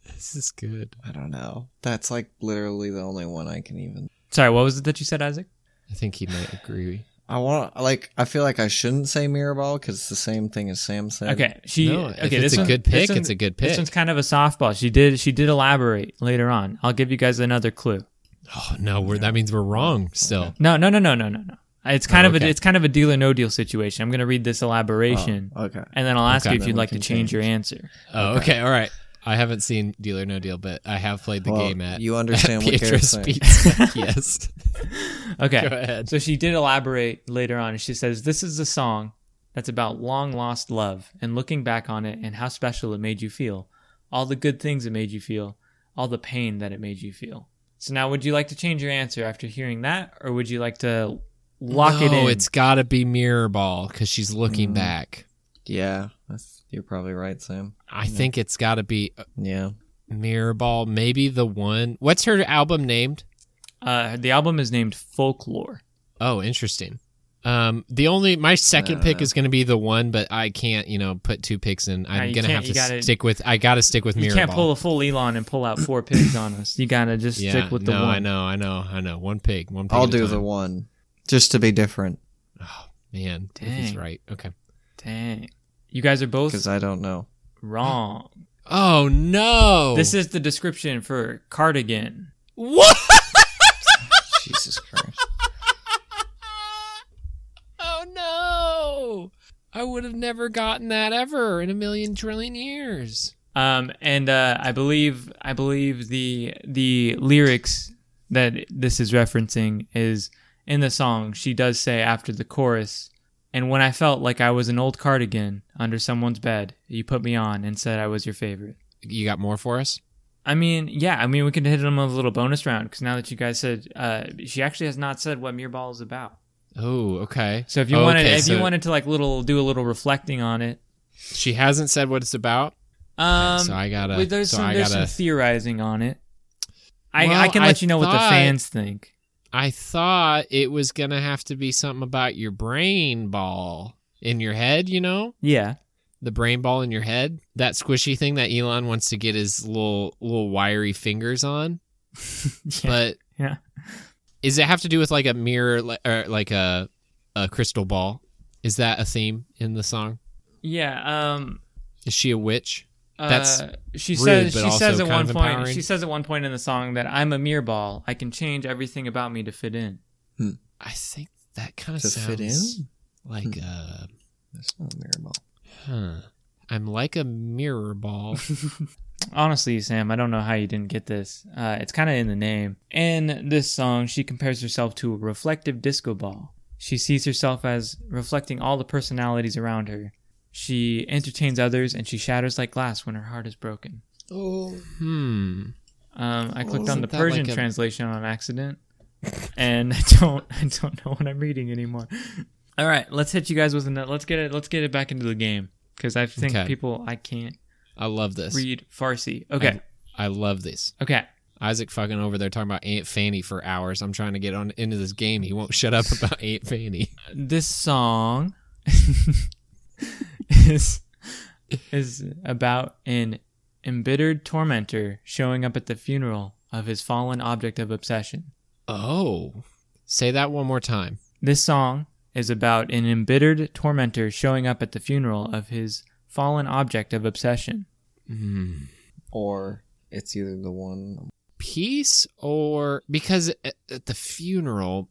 Speaker 2: This is good.
Speaker 3: I don't know. That's like literally the only one I can even.
Speaker 1: Sorry, what was it that you said, Isaac?
Speaker 2: I think he might agree.
Speaker 3: I want like. I feel like I shouldn't say Mirrorball because it's the same thing as Sam said. Oh,
Speaker 1: Okay, she.
Speaker 2: No, if
Speaker 1: okay,
Speaker 2: it's
Speaker 1: this
Speaker 2: a
Speaker 1: one-
Speaker 2: good
Speaker 1: this
Speaker 2: pick,
Speaker 1: one-
Speaker 2: it's a good
Speaker 1: This
Speaker 2: pick.
Speaker 1: one's kind of a softball. She did. She did elaborate later on. I'll give you guys another clue.
Speaker 2: Oh no, we're, that means we're wrong still.
Speaker 1: No, no, no, no, no, no, no. It's kind
Speaker 2: Oh,
Speaker 1: of a
Speaker 2: okay.
Speaker 1: it's kind of a deal or no deal situation. I'm gonna read this elaboration,
Speaker 3: Oh, okay.
Speaker 1: and then I'll ask
Speaker 2: Okay.
Speaker 1: you if
Speaker 3: Then
Speaker 1: you'd
Speaker 3: we
Speaker 1: like to
Speaker 3: can
Speaker 1: change
Speaker 3: change.
Speaker 1: your answer.
Speaker 2: Oh, okay. All right. I haven't seen Deal or No Deal, but I have played the
Speaker 3: Well,
Speaker 2: game at
Speaker 3: you understand
Speaker 2: at
Speaker 3: what Garrett's
Speaker 2: Pietro's
Speaker 3: saying.
Speaker 2: Pizza. yes. Go
Speaker 1: Okay.
Speaker 2: ahead.
Speaker 1: So she did elaborate later on. She says this is a song that's about long lost love and looking back on it and how special it made you feel, all the good things it made you feel, all the pain that it made you feel. So now, would you like to change your answer after hearing that, or would you like to lock it in?
Speaker 2: No, it's got to be Mirror Ball because she's looking
Speaker 3: Mm.
Speaker 2: back.
Speaker 3: Yeah, that's, you're probably right, Sam.
Speaker 2: I think it's got to be uh,
Speaker 3: Yeah.
Speaker 2: Mirror Ball. Maybe the one. What's her album named?
Speaker 1: uh, the album is named Folklore.
Speaker 2: Oh, interesting. Um, the only my second
Speaker 3: Uh.
Speaker 2: pick is going to be the one, but I can't, you know, put two picks in. I'm
Speaker 1: you
Speaker 2: gonna
Speaker 1: can't-
Speaker 2: have
Speaker 1: you
Speaker 2: to
Speaker 1: gotta-
Speaker 2: stick with. I got to stick with
Speaker 1: You
Speaker 2: Mirror
Speaker 1: can't
Speaker 2: Ball.
Speaker 1: pull a full Elon and pull out four pigs on us. You gotta just
Speaker 2: yeah,
Speaker 1: stick with the
Speaker 2: no,
Speaker 1: one.
Speaker 2: I know, I know, I know. One pig, one. Pig
Speaker 3: I'll
Speaker 2: at a
Speaker 3: do
Speaker 2: time.
Speaker 3: the one just to be different
Speaker 2: Oh man, if he's
Speaker 1: Dang.
Speaker 2: right. Okay.
Speaker 1: Dang, you guys are both
Speaker 3: because I don't know.
Speaker 1: wrong.
Speaker 2: Oh no!
Speaker 1: This is the description for cardigan.
Speaker 2: what?
Speaker 3: Jesus Christ.
Speaker 2: oh no! I would have never gotten that ever in a million trillion years.
Speaker 1: Um, and uh, I believe I believe the the lyrics that this is referencing is in the song. She does say after the chorus, and when I felt like I was an old cardigan under someone's bed, you put me on and said I was your favorite.
Speaker 2: You got more for us?
Speaker 1: I mean, yeah, I mean we can hit them with a little bonus round because now that you guys said uh, she actually has not said what Mirrorball is about.
Speaker 2: Oh, okay.
Speaker 1: So if you
Speaker 2: okay,
Speaker 1: wanted if you
Speaker 2: so
Speaker 1: wanted to like little do a little reflecting on it,
Speaker 2: she hasn't said what it's about.
Speaker 1: um,
Speaker 2: so I gotta.
Speaker 1: Wait, there's
Speaker 2: so
Speaker 1: some
Speaker 2: I
Speaker 1: there's
Speaker 2: gotta.
Speaker 1: some theorizing on it. I, I
Speaker 2: Well,
Speaker 1: can
Speaker 2: I
Speaker 1: let you know what the
Speaker 2: thought-
Speaker 1: fans think.
Speaker 2: I thought it was gonna have to be something about your brain ball in your head. You know.
Speaker 1: Yeah.
Speaker 2: the brain ball in your head, that squishy thing that Elon wants to get his little little wiry fingers on. But
Speaker 1: yeah.
Speaker 2: is it have to do with like a mirror li- or like a a crystal ball? Is that a theme in the song?
Speaker 1: Yeah. Um
Speaker 2: Is she a witch?
Speaker 1: uh,
Speaker 2: That's
Speaker 1: she
Speaker 2: rude,
Speaker 1: says
Speaker 2: but
Speaker 1: she
Speaker 2: also
Speaker 1: says at
Speaker 2: kind
Speaker 1: one
Speaker 2: of
Speaker 1: point
Speaker 2: empowering.
Speaker 1: she says at one point in the song that I'm a mere ball. I can change everything about me to fit in.
Speaker 2: I think that kind of
Speaker 3: To
Speaker 2: sounds
Speaker 3: fit in?
Speaker 2: like uh
Speaker 3: That's not a mirror ball.
Speaker 2: huh. I'm like a mirror ball.
Speaker 1: Honestly, Sam, I don't know how you didn't get this. Uh, it's kind of in the name. In this song, she compares herself to a reflective disco ball. She sees herself as reflecting all the personalities around her. She entertains others and she shatters like glass when her heart is broken.
Speaker 3: Oh.
Speaker 2: hmm.
Speaker 1: Um, I clicked on
Speaker 2: Isn't
Speaker 1: the
Speaker 2: that
Speaker 1: Persian
Speaker 2: like a-
Speaker 1: translation on accident, and I don't I don't know what I'm reading anymore. All right, let's hit you guys with another. Let's get it. Let's get it back into the game because I think
Speaker 2: Okay.
Speaker 1: people I can't
Speaker 2: I love this.
Speaker 1: read Farsi. Okay,
Speaker 2: I love this.
Speaker 1: okay.
Speaker 2: Isaac fucking over there talking about Aunt Fanny for hours. I'm trying to get on into this game. He won't shut up about Aunt Fanny.
Speaker 1: This song is is about an embittered tormentor showing up at the funeral of his fallen object of obsession.
Speaker 2: Oh. Say that one more time.
Speaker 1: This song is about an embittered tormentor showing up at the funeral of his fallen object of obsession.
Speaker 3: or it's either the one.
Speaker 2: Peace or because at, at the funeral,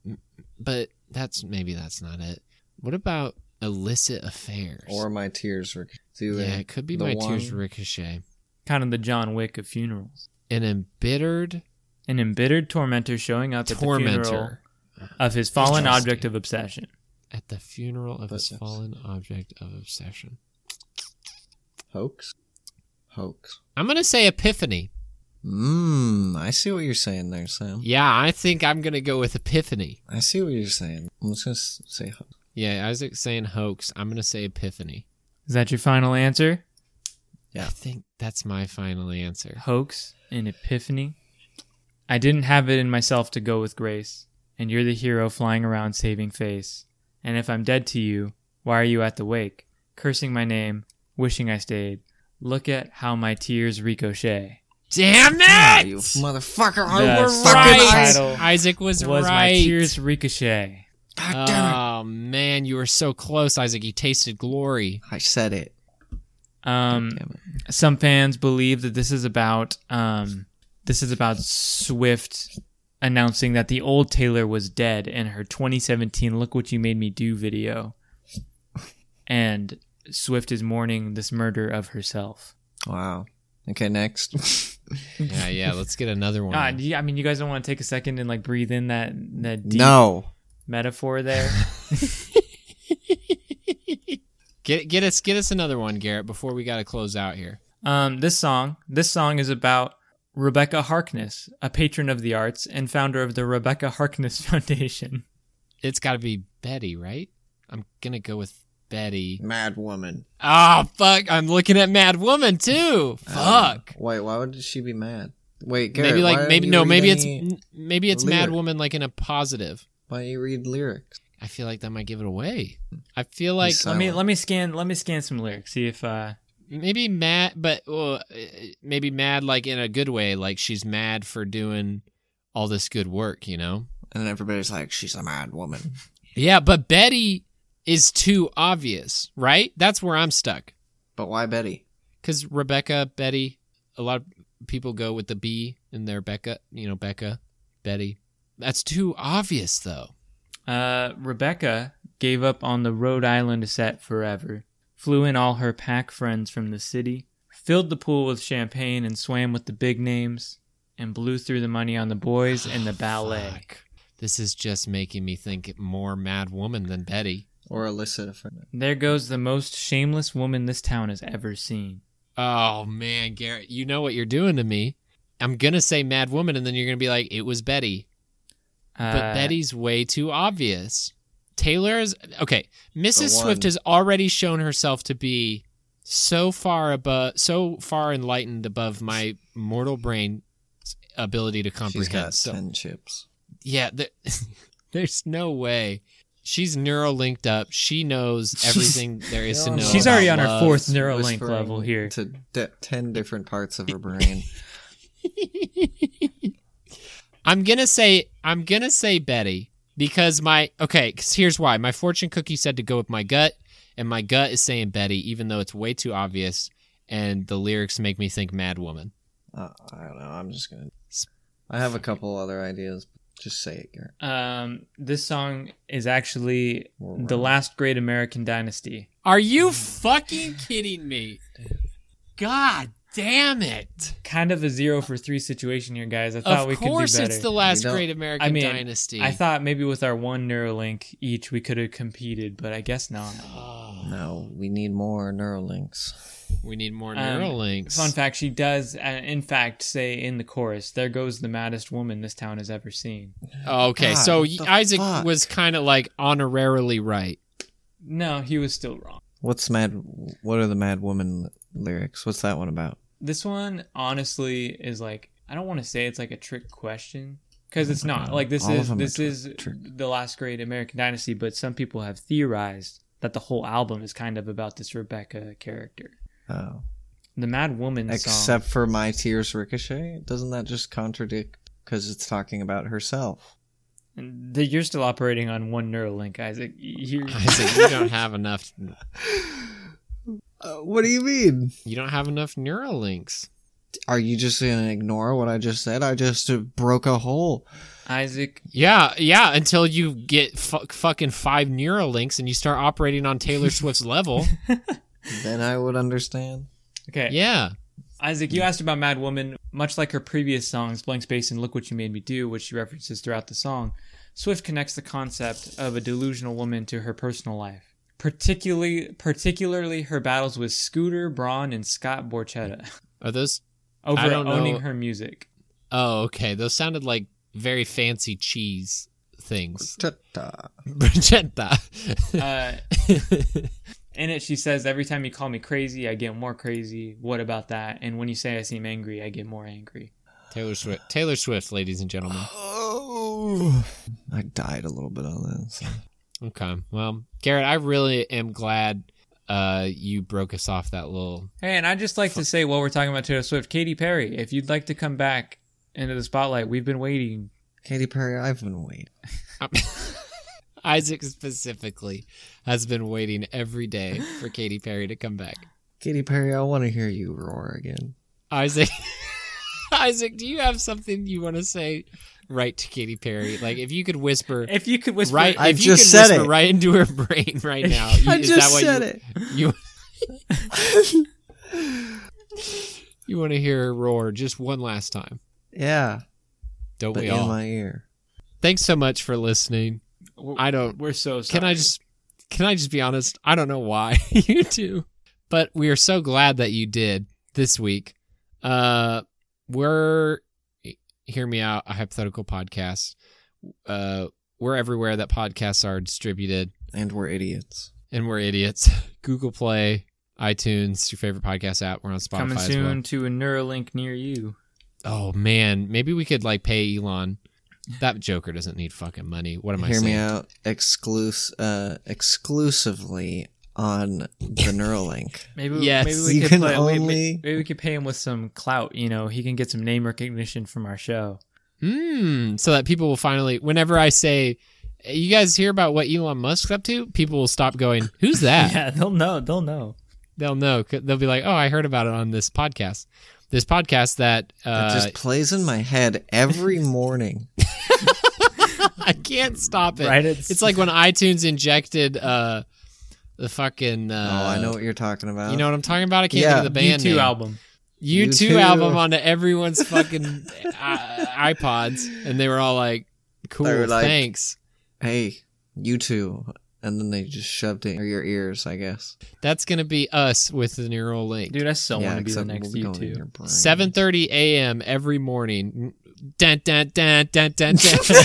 Speaker 2: but that's maybe that's not it. What about illicit affairs?
Speaker 3: Or my tears were either
Speaker 2: yeah, it could be
Speaker 3: the
Speaker 2: my tears
Speaker 3: one-
Speaker 2: ricochet.
Speaker 1: Kind of the John Wick of funerals.
Speaker 2: An embittered
Speaker 1: An embittered tormentor showing up at the funeral
Speaker 2: tormentor
Speaker 1: of his fallen
Speaker 2: Interesting.
Speaker 1: object of obsession.
Speaker 2: at the funeral of his
Speaker 3: That's-
Speaker 2: fallen object of obsession.
Speaker 3: hoax. Hoax.
Speaker 2: I'm gonna say epiphany.
Speaker 3: Mmm. I see what you're saying there, Sam.
Speaker 2: Yeah, I think I'm gonna go with epiphany.
Speaker 3: I see what you're saying. I'm just gonna s- say hoax.
Speaker 2: Yeah, Isaac's saying hoax. I'm gonna say epiphany.
Speaker 1: Is that your final answer?
Speaker 3: Yeah.
Speaker 2: I think that's my final answer.
Speaker 1: Hoax and epiphany? I didn't have it in myself to go with Grace, and you're the hero flying around saving face. And if I'm dead to you, why are you at the wake? Cursing my name, wishing I stayed. Look at how my tears ricochet.
Speaker 2: Damn
Speaker 3: Ah,
Speaker 2: it!
Speaker 3: you motherfucker!
Speaker 1: The
Speaker 3: I were
Speaker 1: song
Speaker 3: right.
Speaker 1: title
Speaker 2: Isaac was,
Speaker 1: was my
Speaker 2: right.
Speaker 1: tears ricochet.
Speaker 3: God damn it!
Speaker 2: Oh man, you were so close, Isaac. You tasted glory.
Speaker 3: I said it.
Speaker 1: Um,
Speaker 3: Damn it.
Speaker 1: some fans believe that this is about um, this is about Swift announcing that the old Taylor was dead in her 2017 "Look What You Made Me Do" video, and Swift is mourning this murder of herself.
Speaker 3: Wow. Okay, next.
Speaker 2: Yeah, yeah. Let's get another one.
Speaker 1: God, yeah, I mean, you guys don't want to take a second and like breathe in that that deep
Speaker 3: no.
Speaker 1: metaphor there.
Speaker 2: Get get us get us another one, Garrett. Before we got to close out here.
Speaker 1: Um, this song, this song is about Rebecca Harkness, a patron of the arts and founder of the Rebecca Harkness Foundation.
Speaker 2: It's got to be Betty, right? I'm gonna go with Betty.
Speaker 3: Mad woman.
Speaker 2: Oh fuck! I'm looking at Mad Woman too.
Speaker 3: Um,
Speaker 2: Fuck.
Speaker 3: wait, why would she be mad? Wait, Garrett,
Speaker 2: maybe
Speaker 3: why
Speaker 2: like
Speaker 3: don't
Speaker 2: maybe
Speaker 3: you
Speaker 2: no
Speaker 3: read
Speaker 2: maybe it's
Speaker 3: any-
Speaker 2: n- maybe it's Mad
Speaker 3: lyric?
Speaker 2: Woman like in a positive.
Speaker 3: why don't you read lyrics?
Speaker 2: I feel like that might give it away. I feel like
Speaker 3: Yes,
Speaker 1: Let me
Speaker 3: Silent.
Speaker 1: let me scan let me scan some lyrics. See if uh
Speaker 2: um, maybe mad, but well, uh, maybe mad like in a good way. Like she's mad for doing all this good work, you know.
Speaker 3: And everybody's like, she's a mad woman.
Speaker 2: Yeah, but Betty is too obvious, right? That's where I'm stuck.
Speaker 3: But why Betty?
Speaker 2: Because Rebecca, Betty, a lot of people go with the B in their Becca, you know, Becca, Betty. That's too obvious, though.
Speaker 1: Uh, Rebecca gave up on the Rhode Island set forever, flew in all her pack friends from the city, filled the pool with champagne and swam with the big names, and blew through the money on the boys and the ballet.
Speaker 2: Ah, Fuck. This is just making me think it more Mad Woman than Betty.
Speaker 3: Or Alyssa Fernandez.
Speaker 1: There goes the most shameless woman this town has ever seen.
Speaker 2: Oh, man, Garrett, you know what you're doing to me. I'm going to say Mad Woman, and then you're going to be like, it was Betty.
Speaker 1: Uh,
Speaker 2: But Betty's way too obvious. Taylor is okay. Mrs.
Speaker 3: The
Speaker 2: Swift
Speaker 3: one-
Speaker 2: has already shown herself to be so far above, so far enlightened above my mortal brain ability to
Speaker 3: She's
Speaker 2: comprehend.
Speaker 3: got
Speaker 2: So
Speaker 3: ten chips.
Speaker 2: yeah, there, there's no way. She's neuro linked up. She knows everything there is to know.
Speaker 1: she's already on
Speaker 2: about
Speaker 1: her
Speaker 2: love.
Speaker 1: fourth Neuralink
Speaker 3: Whispering
Speaker 1: level here.
Speaker 3: To de- ten different parts of her brain.
Speaker 2: I'm gonna say I'm gonna say Betty because my okay. 'cause here's why: my fortune cookie said to go with my gut, and my gut is saying Betty, even though it's way too obvious, and the lyrics make me think Mad Woman.
Speaker 3: uh, I don't know. I'm just gonna. I have a couple other ideas. Just say it, Garrett.
Speaker 1: Um, this song is actually
Speaker 3: We're
Speaker 1: the
Speaker 3: wrong.
Speaker 1: last great American dynasty.
Speaker 2: Are you
Speaker 1: Hmm.
Speaker 2: fucking kidding me? God damn it!
Speaker 1: Kind of a zero for three situation here, guys. I thought we
Speaker 2: Of
Speaker 1: could do
Speaker 2: course,
Speaker 1: better.
Speaker 2: it's the last
Speaker 3: We don't-
Speaker 2: great American
Speaker 1: I mean,
Speaker 2: dynasty.
Speaker 1: I thought maybe with our one Neuralink each we could have competed, but I guess not.
Speaker 2: Oh,
Speaker 3: No, we need more Neuralinks.
Speaker 2: we need more
Speaker 1: Um,
Speaker 2: Neuralinks.
Speaker 1: Fun fact: She does, uh, in fact, say in the chorus, "There goes the maddest woman this town has ever seen."
Speaker 2: okay,
Speaker 3: God,
Speaker 2: so
Speaker 3: what the
Speaker 2: Isaac
Speaker 3: fuck?
Speaker 2: was kind of like honorarily right.
Speaker 1: No, he was still wrong.
Speaker 3: What's mad? What are the Mad Woman lyrics? What's that one about?
Speaker 1: This one, honestly, is like I don't want to say it's like a trick question because it's not. Like this
Speaker 3: All of
Speaker 1: is
Speaker 3: them are
Speaker 1: this
Speaker 3: tri-
Speaker 1: is
Speaker 3: trick.
Speaker 1: the last great American dynasty, but some people have theorized that the whole album is kind of about this Rebecca character.
Speaker 3: Oh,
Speaker 1: The Mad Woman song.
Speaker 3: except for my tears ricochet. Doesn't that just contradict? Because it's talking about herself.
Speaker 1: And th- You're still operating on one Neuralink, Isaac. You're,
Speaker 2: Isaac, you don't have enough.
Speaker 3: Uh, what do you mean?
Speaker 2: You don't have enough neural links.
Speaker 3: Are you just gonna ignore what I just said? I just uh, broke a hole.
Speaker 1: Isaac,
Speaker 2: Yeah, yeah. Until you get fu- fucking five neural links and you start operating on Taylor Swift's level.
Speaker 3: Then I would understand.
Speaker 1: okay.
Speaker 2: Yeah.
Speaker 1: Isaac, you asked about Mad Woman. Much like her previous songs, Blank Space and Look What You Made Me Do, which she references throughout the song, Swift connects the concept of a delusional woman to her personal life, particularly particularly her battles with Scooter Braun and Scott Borchetta
Speaker 2: Are those?
Speaker 1: over
Speaker 2: I don't
Speaker 1: owning
Speaker 2: know.
Speaker 1: her music.
Speaker 2: Oh, okay. Those sounded like very fancy cheese things.
Speaker 3: Ta-ta.
Speaker 2: Bruschetta.
Speaker 1: Uh, in it, she says, "Every time you call me crazy, I get more crazy. What about that? And when you say I seem angry, I get more angry."
Speaker 2: Taylor Swift. Taylor Swift, ladies and gentlemen.
Speaker 3: Oh, I died a little bit on this.
Speaker 2: Okay. Well, Garrett, I really am glad uh, you broke us off that little.
Speaker 1: Hey, and I'd just like to say while we're talking about Taylor Swift, Katy Perry, if you'd like to come back into the spotlight, we've been waiting.
Speaker 3: Katy Perry, I've been waiting.
Speaker 2: Isaac specifically has been waiting every day for Katy Perry to come back.
Speaker 3: Katy Perry, I want to hear you roar again.
Speaker 2: Isaac, Isaac, do you have something you want to say right to Katy Perry? Like, if you could whisper
Speaker 1: If you could whisper,
Speaker 2: right,
Speaker 3: I
Speaker 2: if you
Speaker 3: just
Speaker 2: could
Speaker 3: said
Speaker 2: whisper
Speaker 3: it.
Speaker 2: right into her brain right now, you-
Speaker 3: I
Speaker 2: is
Speaker 3: just
Speaker 2: that what
Speaker 3: said
Speaker 2: you,
Speaker 3: it.
Speaker 2: you you want to hear her roar just one last time?
Speaker 3: Yeah,
Speaker 2: Don't
Speaker 3: but
Speaker 2: we
Speaker 3: in
Speaker 2: all?
Speaker 3: my ear.
Speaker 2: Thanks so much for listening.
Speaker 1: we're,
Speaker 2: I don't
Speaker 1: we're so sorry.
Speaker 2: Can I just can I just be honest? I don't know why you do, but we are so glad that you did this week. Uh, we're hear me out. A hypothetical podcast. Uh, we're everywhere that podcasts are distributed,
Speaker 3: And we're idiots.
Speaker 2: and we're idiots. Google Play, iTunes, your favorite podcast app. We're on Spotify
Speaker 1: coming
Speaker 2: as
Speaker 1: soon to a Neuralink near you?
Speaker 2: well. Oh man, maybe we could like pay Elon. That Joker doesn't need fucking money. What am I
Speaker 3: hear
Speaker 2: saying?
Speaker 3: me out. Exclus- uh, exclusively on the Neuralink.
Speaker 1: Maybe
Speaker 2: Yes.
Speaker 1: maybe we
Speaker 3: You
Speaker 1: could
Speaker 3: can
Speaker 1: play, wait,
Speaker 3: only-
Speaker 1: maybe we could pay him with some clout. You know, he can get some name recognition from our show.
Speaker 2: Mm, so that people will finally, whenever I say, you guys hear about what Elon Musk's up to, people will stop going, who's that?
Speaker 1: Yeah, they'll know. They'll know.
Speaker 2: They'll know. 'cause They'll be like, oh, I heard about it on this podcast. This podcast that
Speaker 3: It
Speaker 2: uh,
Speaker 3: just plays in my head every morning.
Speaker 2: I can't stop it.
Speaker 1: Right?
Speaker 2: It's like when iTunes injected uh, the fucking. Uh,
Speaker 3: oh, I know what you're talking about.
Speaker 2: You know what I'm talking about? I can't
Speaker 3: Yeah.
Speaker 2: think of the
Speaker 1: U
Speaker 2: band
Speaker 1: two
Speaker 2: name.
Speaker 1: album.
Speaker 2: U2,
Speaker 3: U2.
Speaker 2: album onto everyone's fucking uh, iPods, and they were all like, "Cool,
Speaker 3: were like-
Speaker 2: thanks."
Speaker 3: hey, you two. And then they just shoved it in your ears, I guess.
Speaker 2: That's gonna be us with the neural link.
Speaker 1: Dude, I so want to be the
Speaker 3: except
Speaker 1: next
Speaker 3: we'll
Speaker 1: U
Speaker 3: go in your
Speaker 1: two.
Speaker 3: brain.
Speaker 2: Seven thirty a.m. every morning. Dun, dun, dun, dun, dun, dun.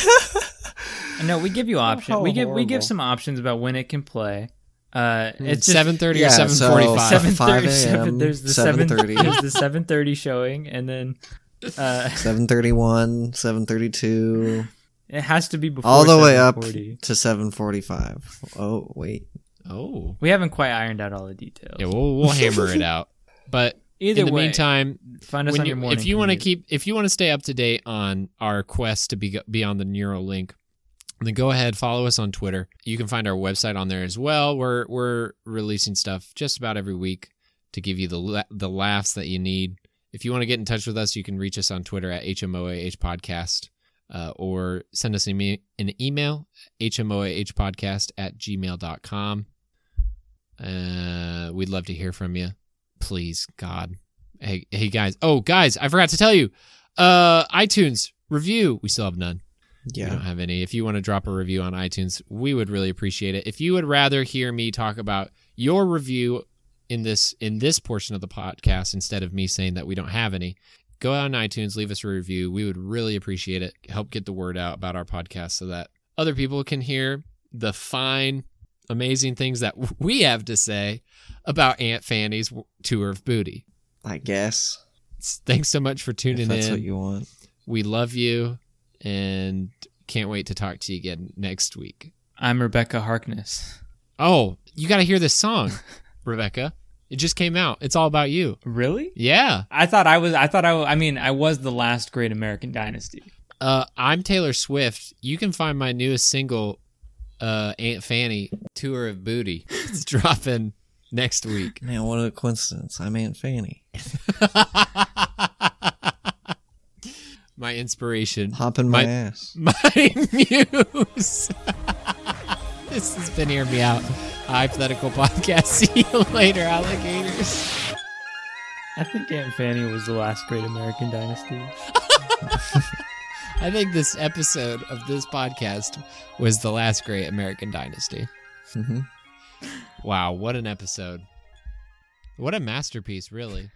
Speaker 1: No, we give you options.
Speaker 3: How
Speaker 1: we give we give
Speaker 3: horrible.
Speaker 1: some options about when it can play. Uh, it's just-
Speaker 2: Mm, seven thirty
Speaker 3: Yeah,
Speaker 2: or
Speaker 3: so-
Speaker 2: seven forty-five.
Speaker 3: Seven-
Speaker 1: 7:30,
Speaker 3: 5 a.m.,
Speaker 1: seven- There's the seven
Speaker 3: 7:30.
Speaker 1: There's the seven thirty showing, and then uh,
Speaker 3: 731, 732,
Speaker 1: it has to be before
Speaker 3: all the way up
Speaker 1: 7:40.
Speaker 3: to 745. Oh, wait.
Speaker 2: Oh,
Speaker 1: We haven't quite ironed out all the details.
Speaker 2: yeah. We'll, we'll hammer it out. But
Speaker 1: Either
Speaker 2: in the
Speaker 1: way,
Speaker 2: meantime,
Speaker 1: find us
Speaker 2: when
Speaker 1: on
Speaker 2: you-
Speaker 1: your morning.
Speaker 2: if you want to
Speaker 1: commute.
Speaker 2: keep, if you want to stay up to date on our quest to be be on the neural link, then go ahead follow us on Twitter. You can find our website on there as well. We're we're releasing stuff just about every week to give you the la- the laughs that you need. If you want to get in touch with us, you can reach us on Twitter at HMOAH Podcast uh, or send us an, e- an email, hmoahpodcast at gmail.com. Uh, we'd love to hear from you. Please, God. Hey, hey, guys. Oh, guys, I forgot to tell you. Uh, iTunes review. We still have none. We
Speaker 3: Yeah.
Speaker 2: don't have any. If you want to drop a review on iTunes, we would really appreciate it. If you would rather hear me talk about your review in this in this portion of the podcast instead of me saying that we don't have any, go on iTunes, leave us a review. We would really appreciate it. Help get the word out about our podcast so that other people can hear the fine, amazing things that we have to say about Aunt Fanny's tour of booty.
Speaker 3: I guess.
Speaker 2: Thanks so much for tuning
Speaker 3: If that's
Speaker 2: in.
Speaker 3: what you want.
Speaker 2: we love you and can't wait to talk to you again next week.
Speaker 1: I'm Rebecca Harkness.
Speaker 2: Oh, you got to hear this song, Rebecca. It just came out. It's all about you.
Speaker 1: Really?
Speaker 2: Yeah.
Speaker 1: I thought I was. I thought I. w- I mean, I was the last great American dynasty.
Speaker 2: Uh, I'm Taylor Swift. You can find my newest single, uh, Aunt Fanny, Tour of Booty. It's dropping next week.
Speaker 3: Man, what a coincidence. I'm Aunt Fanny.
Speaker 2: my inspiration.
Speaker 3: Hop in my,
Speaker 2: My-
Speaker 3: ass.
Speaker 2: My muse. this has been Hear Me Out, a hypothetical podcast. See you later, alligators.
Speaker 1: I think Aunt Fanny was the last great American dynasty.
Speaker 2: I think this episode of this podcast was the last great American dynasty.
Speaker 3: Mhm.
Speaker 2: Wow, what an episode. What a masterpiece, really.